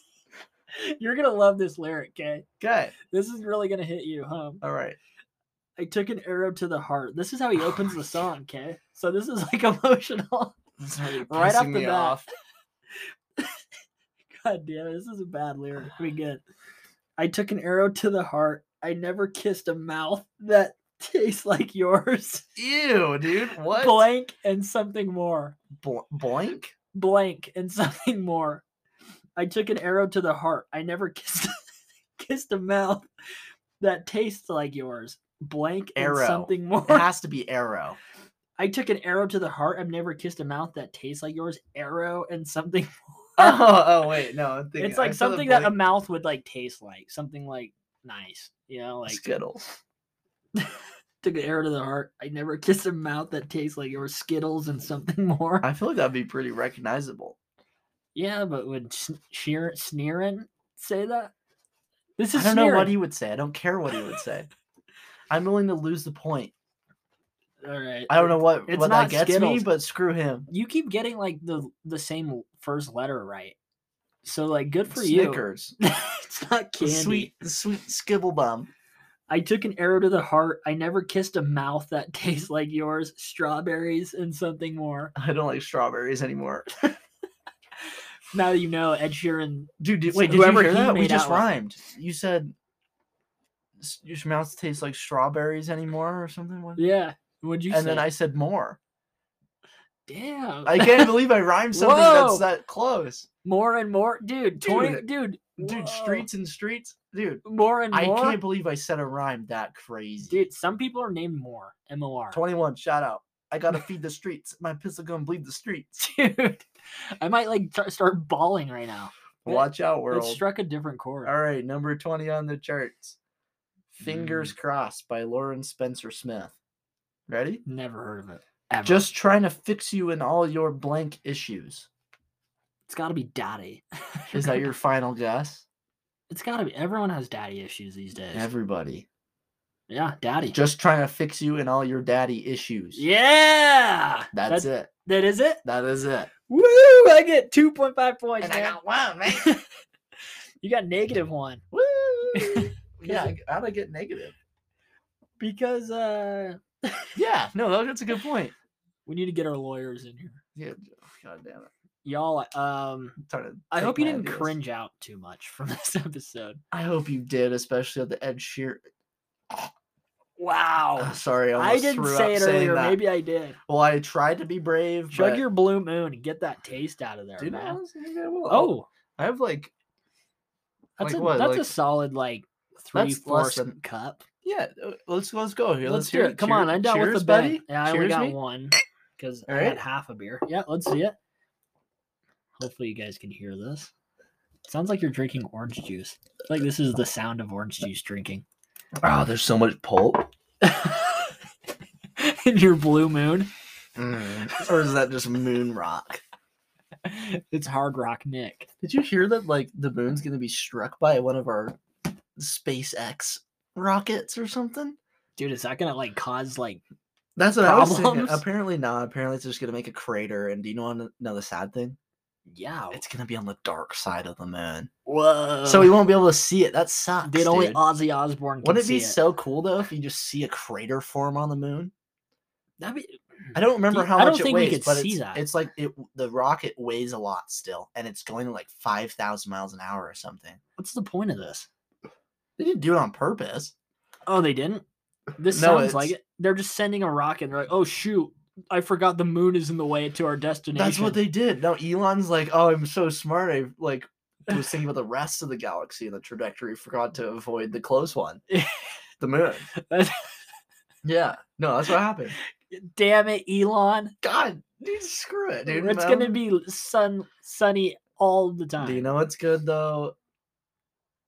Speaker 2: You're gonna love this lyric, okay?
Speaker 1: Okay.
Speaker 2: This is really gonna hit you home.
Speaker 1: All right.
Speaker 2: I took an arrow to the heart. This is how he opens the song, okay? So this is like emotional.
Speaker 1: This is already
Speaker 2: Right off
Speaker 1: pissing
Speaker 2: the
Speaker 1: me
Speaker 2: bat.
Speaker 1: off.
Speaker 2: God damn it, this is a bad lyric. We get. I took an arrow to the heart. I never kissed a mouth that tastes like yours.
Speaker 1: Ew, dude. What?
Speaker 2: Blank and something more.
Speaker 1: Bl- blank?
Speaker 2: Blank and something more. I took an arrow to the heart. I never kissed kissed a mouth that tastes like yours. Blank and
Speaker 1: Arrow.
Speaker 2: something more.
Speaker 1: It has to be arrow.
Speaker 2: I took an arrow to the heart. I've never kissed a mouth that tastes like yours. Arrow and something.
Speaker 1: Oh, oh wait, no. I'm thinking,
Speaker 2: It's like
Speaker 1: I saw the
Speaker 2: something that a
Speaker 1: blank-
Speaker 2: mouth would like taste like. Something like nice. You know, like
Speaker 1: Skittles.
Speaker 2: took an arrow to the heart. I never kissed a mouth that tastes like yours. Skittles and something more.
Speaker 1: I feel like that'd be pretty recognizable.
Speaker 2: yeah, but would Sn- Sheer Sneerin say that? This
Speaker 1: I
Speaker 2: is
Speaker 1: don't know what
Speaker 2: Sneerin.
Speaker 1: he would say. I don't care what he would say. I'm willing to lose the point.
Speaker 2: All right.
Speaker 1: I don't know what,
Speaker 2: It's
Speaker 1: what
Speaker 2: not
Speaker 1: that gets me,
Speaker 2: Skittles.
Speaker 1: but screw him.
Speaker 2: You keep getting like the the same first letter right. So like good for
Speaker 1: Snickers.
Speaker 2: you. it's not
Speaker 1: The
Speaker 2: candy.
Speaker 1: sweet, the sweet skibble bum.
Speaker 2: I took an arrow to the heart. I never kissed a mouth that tastes like yours, strawberries and something more.
Speaker 1: I don't like strawberries anymore.
Speaker 2: Now you know Ed Sheeran.
Speaker 1: Dude, did,
Speaker 2: So
Speaker 1: wait, did you
Speaker 2: whoever
Speaker 1: hear
Speaker 2: he
Speaker 1: that? We
Speaker 2: made
Speaker 1: just
Speaker 2: out with-
Speaker 1: rhymed. You said "S- your mouth tastes like strawberries anymore or something. What-
Speaker 2: Yeah. What'd you
Speaker 1: and
Speaker 2: say?
Speaker 1: then I said more.
Speaker 2: damn.
Speaker 1: I can't believe I rhymed something
Speaker 2: Whoa.
Speaker 1: that's that close.
Speaker 2: more and more, dude. Twenty, dude.
Speaker 1: Dude,
Speaker 2: whoa.
Speaker 1: streets and streets. Dude,
Speaker 2: More and
Speaker 1: I
Speaker 2: more.
Speaker 1: can't believe I said a rhyme that crazy.
Speaker 2: Dude, some people are named More. M O R.
Speaker 1: 21, shout out. I gotta feed the streets. My pistol gonna bleed the streets.
Speaker 2: Dude, I might like tr- start bawling right now. Yeah,
Speaker 1: Watch out,
Speaker 2: It
Speaker 1: world.
Speaker 2: struck a different chord.
Speaker 1: All right, number 20 on the charts. Fingers
Speaker 2: Mm.
Speaker 1: Crossed by Lauren Spencer Smith. Ready?
Speaker 2: Never heard of it. Ever.
Speaker 1: Just trying to fix you in all your blank issues.
Speaker 2: it's got to be daddy.
Speaker 1: Is that your final guess?
Speaker 2: It's got to be. Everyone has daddy issues these days.
Speaker 1: Everybody.
Speaker 2: yeah, daddy.
Speaker 1: Just trying to fix you in all your daddy issues.
Speaker 2: Yeah,
Speaker 1: That's
Speaker 2: that,
Speaker 1: it.
Speaker 2: That is it.
Speaker 1: That is it.
Speaker 2: Woo! I get two point five points.
Speaker 1: And I
Speaker 2: man.
Speaker 1: got one, man.
Speaker 2: you got negative one
Speaker 1: Woo! yeah, I- how'd I get negative?
Speaker 2: because uh,
Speaker 1: Yeah, no, that- that's a good point.
Speaker 2: we need to get our lawyers in here,
Speaker 1: Yeah, oh, god damn it.
Speaker 2: y'all. Um,
Speaker 1: I'm trying to
Speaker 2: I
Speaker 1: take
Speaker 2: hope you
Speaker 1: my
Speaker 2: didn't
Speaker 1: ideas.
Speaker 2: cringe out too much from this episode.
Speaker 1: I hope you did, especially at the Ed Sheer.
Speaker 2: Wow,
Speaker 1: Oh, sorry, I,
Speaker 2: I
Speaker 1: almost
Speaker 2: didn't
Speaker 1: threw
Speaker 2: say
Speaker 1: up
Speaker 2: it
Speaker 1: saying
Speaker 2: earlier.
Speaker 1: that.
Speaker 2: Maybe I did.
Speaker 1: Well, I tried to be brave.
Speaker 2: Chug
Speaker 1: but...
Speaker 2: your blue moon and get that taste out of there,
Speaker 1: Dude, I
Speaker 2: man.
Speaker 1: honestly think I will.
Speaker 2: Oh,
Speaker 1: I have like
Speaker 2: that's
Speaker 1: Like
Speaker 2: a
Speaker 1: what,
Speaker 2: that's a
Speaker 1: like-
Speaker 2: solid like three
Speaker 1: That's
Speaker 2: fourths
Speaker 1: less than-
Speaker 2: cup.
Speaker 1: yeah. uh, Let's let's go here. Let's,
Speaker 2: Let's,
Speaker 1: hear
Speaker 2: do it. Come on,
Speaker 1: Cheer-
Speaker 2: I'm down
Speaker 1: cheers,
Speaker 2: with the
Speaker 1: buddy.
Speaker 2: buddy. Yeah, I
Speaker 1: cheers
Speaker 2: only got
Speaker 1: me?
Speaker 2: one because I
Speaker 1: All
Speaker 2: had
Speaker 1: right.
Speaker 2: half a beer. Yeah, let's see it. Hopefully, you guys can hear this. Sounds like you're drinking orange juice. I feel Like this is the sound of orange juice drinking.
Speaker 1: Oh, there's so much pulp.
Speaker 2: In your blue moon,
Speaker 1: Mm. or is that just moon rock?
Speaker 2: it's hard rock Nick.
Speaker 1: Did you hear that? Like the moon's gonna be struck by one of our SpaceX rockets or something.
Speaker 2: Dude, is that gonna like cause like
Speaker 1: That's what I was
Speaker 2: Problems?
Speaker 1: thinking. Apparently not. Apparently it's just gonna make a crater. And do you know wanna know the sad thing?
Speaker 2: yeah?
Speaker 1: It's gonna be on the dark side of the moon,
Speaker 2: Whoa!
Speaker 1: so we won't be able to see it. That sucks.
Speaker 2: Dude, only
Speaker 1: dude.
Speaker 2: Ozzy Osbourne can
Speaker 1: Wouldn't it be
Speaker 2: see it.
Speaker 1: so cool though if you just see a crater form on the moon?
Speaker 2: That'd be
Speaker 1: I don't remember
Speaker 2: you-
Speaker 1: how
Speaker 2: I
Speaker 1: much
Speaker 2: don't
Speaker 1: it
Speaker 2: think we
Speaker 1: weighs,
Speaker 2: could
Speaker 1: but
Speaker 2: see
Speaker 1: it's,
Speaker 2: that.
Speaker 1: it's like it, the rocket weighs a lot still, and it's going to like five thousand miles an hour or something.
Speaker 2: What's the point of this?
Speaker 1: They didn't do it on purpose.
Speaker 2: Oh, they didn't. This
Speaker 1: No,
Speaker 2: sounds like
Speaker 1: it's-
Speaker 2: it. They're just sending a rocket. And they're like, oh shoot, I forgot the moon is in the way to our destination.
Speaker 1: That's what they did. No, Elon's like, oh, I'm so smart. I like was thinking about the rest of the galaxy and the trajectory. Forgot to avoid the close one, the moon. Yeah, no, that's what happened.
Speaker 2: Damn it, Elon!
Speaker 1: God, dude, screw it, dude.
Speaker 2: it's
Speaker 1: man.
Speaker 2: gonna be sun sunny all the time.
Speaker 1: Do you know what's good though?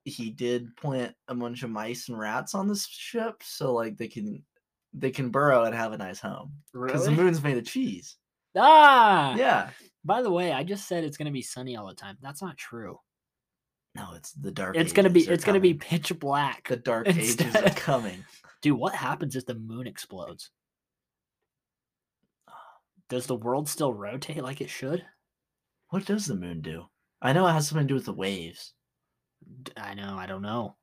Speaker 1: He did plant a bunch of mice and rats on this ship, so like they can they can burrow and have a nice home because
Speaker 2: Really?
Speaker 1: the moon's made of cheese.
Speaker 2: ah,
Speaker 1: Yeah.
Speaker 2: By the way, I just said it's gonna be sunny all the time. That's not true.
Speaker 1: No, it's the dark.
Speaker 2: It's gonna be
Speaker 1: ages are
Speaker 2: it's gonna be
Speaker 1: coming.
Speaker 2: pitch black.
Speaker 1: the dark ages are
Speaker 2: instead.
Speaker 1: coming.
Speaker 2: Dude, what happens if the moon explodes? Does the world still rotate like it should?
Speaker 1: What does the moon do? I know it has something to do with the waves.
Speaker 2: D- I know. I don't know.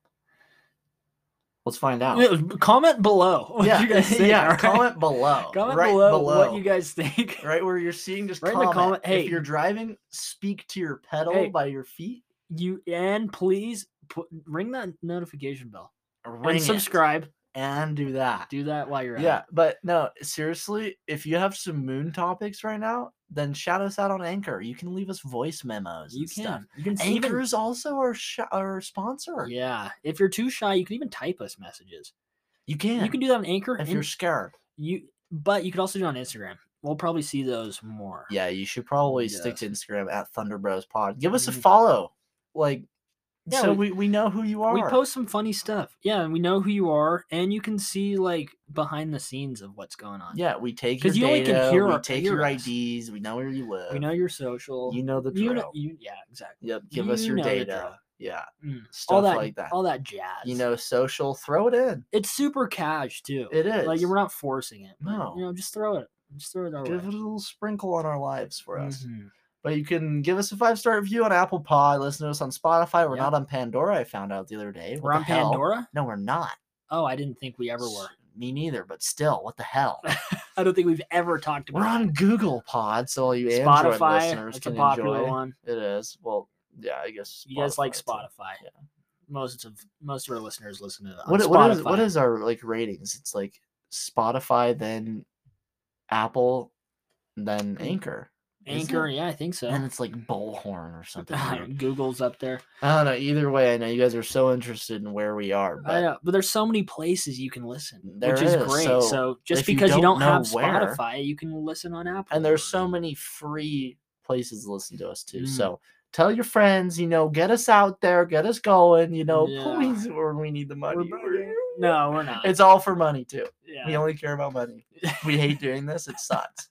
Speaker 1: Let's find out.
Speaker 2: Yeah, Comment below. What
Speaker 1: yeah,
Speaker 2: you guys think,
Speaker 1: yeah.
Speaker 2: alright?
Speaker 1: Comment below.
Speaker 2: Comment
Speaker 1: right
Speaker 2: below, what you guys think.
Speaker 1: right where you're seeing. Just
Speaker 2: Right in the
Speaker 1: comment.
Speaker 2: comment- hey.
Speaker 1: if you're driving, speak to your pedal
Speaker 2: Hey.
Speaker 1: by your feet.
Speaker 2: You and please put, ring that notification bell
Speaker 1: Ring it,
Speaker 2: and subscribe.
Speaker 1: and do that.
Speaker 2: Do that while you're
Speaker 1: Yeah,
Speaker 2: at
Speaker 1: but no, seriously, if you have some moon topics right now, then shout us out on Anchor. You can leave us voice memos.
Speaker 2: it. You
Speaker 1: and Stuff.
Speaker 2: can. You can s- even
Speaker 1: Anchor's also our sh- our sponsor.
Speaker 2: yeah. If you're too shy, you can even type us messages.
Speaker 1: You can.
Speaker 2: You can do that on Anchor.
Speaker 1: if
Speaker 2: and
Speaker 1: you're scared.
Speaker 2: you, but you can also do it on Instagram. We'll probably see those more.
Speaker 1: Yeah, you should probably stick to Instagram at Thunder Bros Pod. Give us a
Speaker 2: Mhm.
Speaker 1: follow, like,
Speaker 2: Yeah,
Speaker 1: so we, we know who you are.
Speaker 2: we post some funny stuff. Yeah, and we know who you are, and you can see like behind the scenes of what's going on.
Speaker 1: Yeah, we take
Speaker 2: 'Cause
Speaker 1: your
Speaker 2: you only can
Speaker 1: data.
Speaker 2: hear
Speaker 1: we
Speaker 2: our-
Speaker 1: take
Speaker 2: hear
Speaker 1: your
Speaker 2: us.
Speaker 1: IDs. We know where you live.
Speaker 2: we know your social.
Speaker 1: you know the drill.
Speaker 2: you, know, you yeah, exactly.
Speaker 1: yep. Give us
Speaker 2: you
Speaker 1: your
Speaker 2: know the
Speaker 1: data.
Speaker 2: drill.
Speaker 1: Yeah,
Speaker 2: Mm.
Speaker 1: stuff
Speaker 2: All that,
Speaker 1: like that.
Speaker 2: all that jazz.
Speaker 1: you know, social. Throw it in.
Speaker 2: it's super cash too.
Speaker 1: It is.
Speaker 2: Like we're not forcing it. but,
Speaker 1: No.
Speaker 2: you know, just throw it. Just throw it our
Speaker 1: give
Speaker 2: way.
Speaker 1: it a little sprinkle on our lives for us.
Speaker 2: Mhm.
Speaker 1: But you can give us a five star review on Apple Pod. Listen to us on Spotify. We're
Speaker 2: Yep.
Speaker 1: not on Pandora. I found out the other day. What
Speaker 2: We're
Speaker 1: the
Speaker 2: on
Speaker 1: hell?
Speaker 2: Pandora.
Speaker 1: No, we're not.
Speaker 2: Oh, I didn't think we ever
Speaker 1: S-
Speaker 2: were.
Speaker 1: Me neither. But still, what the hell?
Speaker 2: I don't think we've ever talked about
Speaker 1: we're on
Speaker 2: it.
Speaker 1: Google Pod, so all you Android
Speaker 2: Spotify.
Speaker 1: listeners
Speaker 2: It's a
Speaker 1: can
Speaker 2: popular
Speaker 1: enjoy.
Speaker 2: one.
Speaker 1: It is. Well, yeah, I guess
Speaker 2: You guys like
Speaker 1: too.
Speaker 2: Spotify.
Speaker 1: Yeah.
Speaker 2: Most of most of our listeners listen to it on
Speaker 1: What, i- what is what
Speaker 2: Spotify.
Speaker 1: is our like ratings? It's like Spotify, then Apple, then Anchor, is
Speaker 2: Anchor?
Speaker 1: it?
Speaker 2: Yeah, I think so.
Speaker 1: and it's like Bullhorn or something.
Speaker 2: I
Speaker 1: weird.
Speaker 2: don't know, Google's up there.
Speaker 1: I don't know. Either way, I know you guys are so interested in where we are,
Speaker 2: I
Speaker 1: but
Speaker 2: know, but there's so many places you can listen,
Speaker 1: There
Speaker 2: which is,
Speaker 1: is,
Speaker 2: great.
Speaker 1: so
Speaker 2: So, just
Speaker 1: if you
Speaker 2: because you
Speaker 1: don't
Speaker 2: don't,
Speaker 1: know
Speaker 2: have
Speaker 1: where-
Speaker 2: Spotify, you can listen on Apple.
Speaker 1: and there's so many free places to listen to us too.
Speaker 2: Mm.
Speaker 1: So tell your friends, you know, get us out there, get us going, you know,
Speaker 2: Yeah.
Speaker 1: please, or we need the
Speaker 2: We're
Speaker 1: money.
Speaker 2: burning.
Speaker 1: We're-
Speaker 2: No, we're not.
Speaker 1: It's all for money too.
Speaker 2: yeah.
Speaker 1: We only care about money. We hate doing this. It sucks.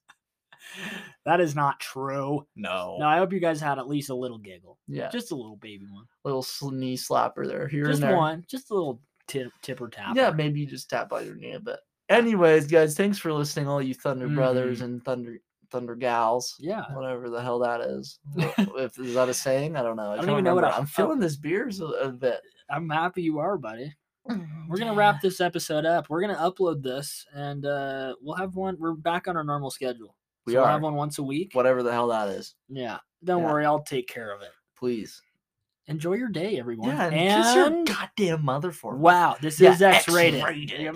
Speaker 2: that is not true.
Speaker 1: No.
Speaker 2: No, I hope you guys had at least a little giggle,
Speaker 1: Yeah.
Speaker 2: just a little baby one,
Speaker 1: little sl- knee slapper there, here
Speaker 2: just
Speaker 1: and there.
Speaker 2: one, just a little tip, tipper tap.
Speaker 1: Yeah, maybe you just tap on your knee a bit. Anyways, guys, thanks for listening, all you Thunder
Speaker 2: Mm-hmm.
Speaker 1: brothers and Thunder Thunder gals.
Speaker 2: yeah.
Speaker 1: whatever the hell that is. Wha- if is that a saying? I don't know. I,
Speaker 2: I
Speaker 1: don't
Speaker 2: don't even know what
Speaker 1: remember.
Speaker 2: I-
Speaker 1: I'm feeling this beers a, a bit.
Speaker 2: I'm happy you are, buddy. Mm, We're gonna wrap this episode up. We're gonna upload this, and uh, we'll have one. We're back on our normal schedule.
Speaker 1: We
Speaker 2: so
Speaker 1: are.
Speaker 2: We'll have one once a week.
Speaker 1: Whatever the hell that is.
Speaker 2: Yeah. Don't
Speaker 1: Yeah.
Speaker 2: worry, I'll take care of it.
Speaker 1: Please.
Speaker 2: Enjoy your day, everyone.
Speaker 1: Yeah, and, kiss your
Speaker 2: and
Speaker 1: goddamn mother for me.
Speaker 2: wow, this
Speaker 1: Yeah,
Speaker 2: is X rated.
Speaker 1: X-rated.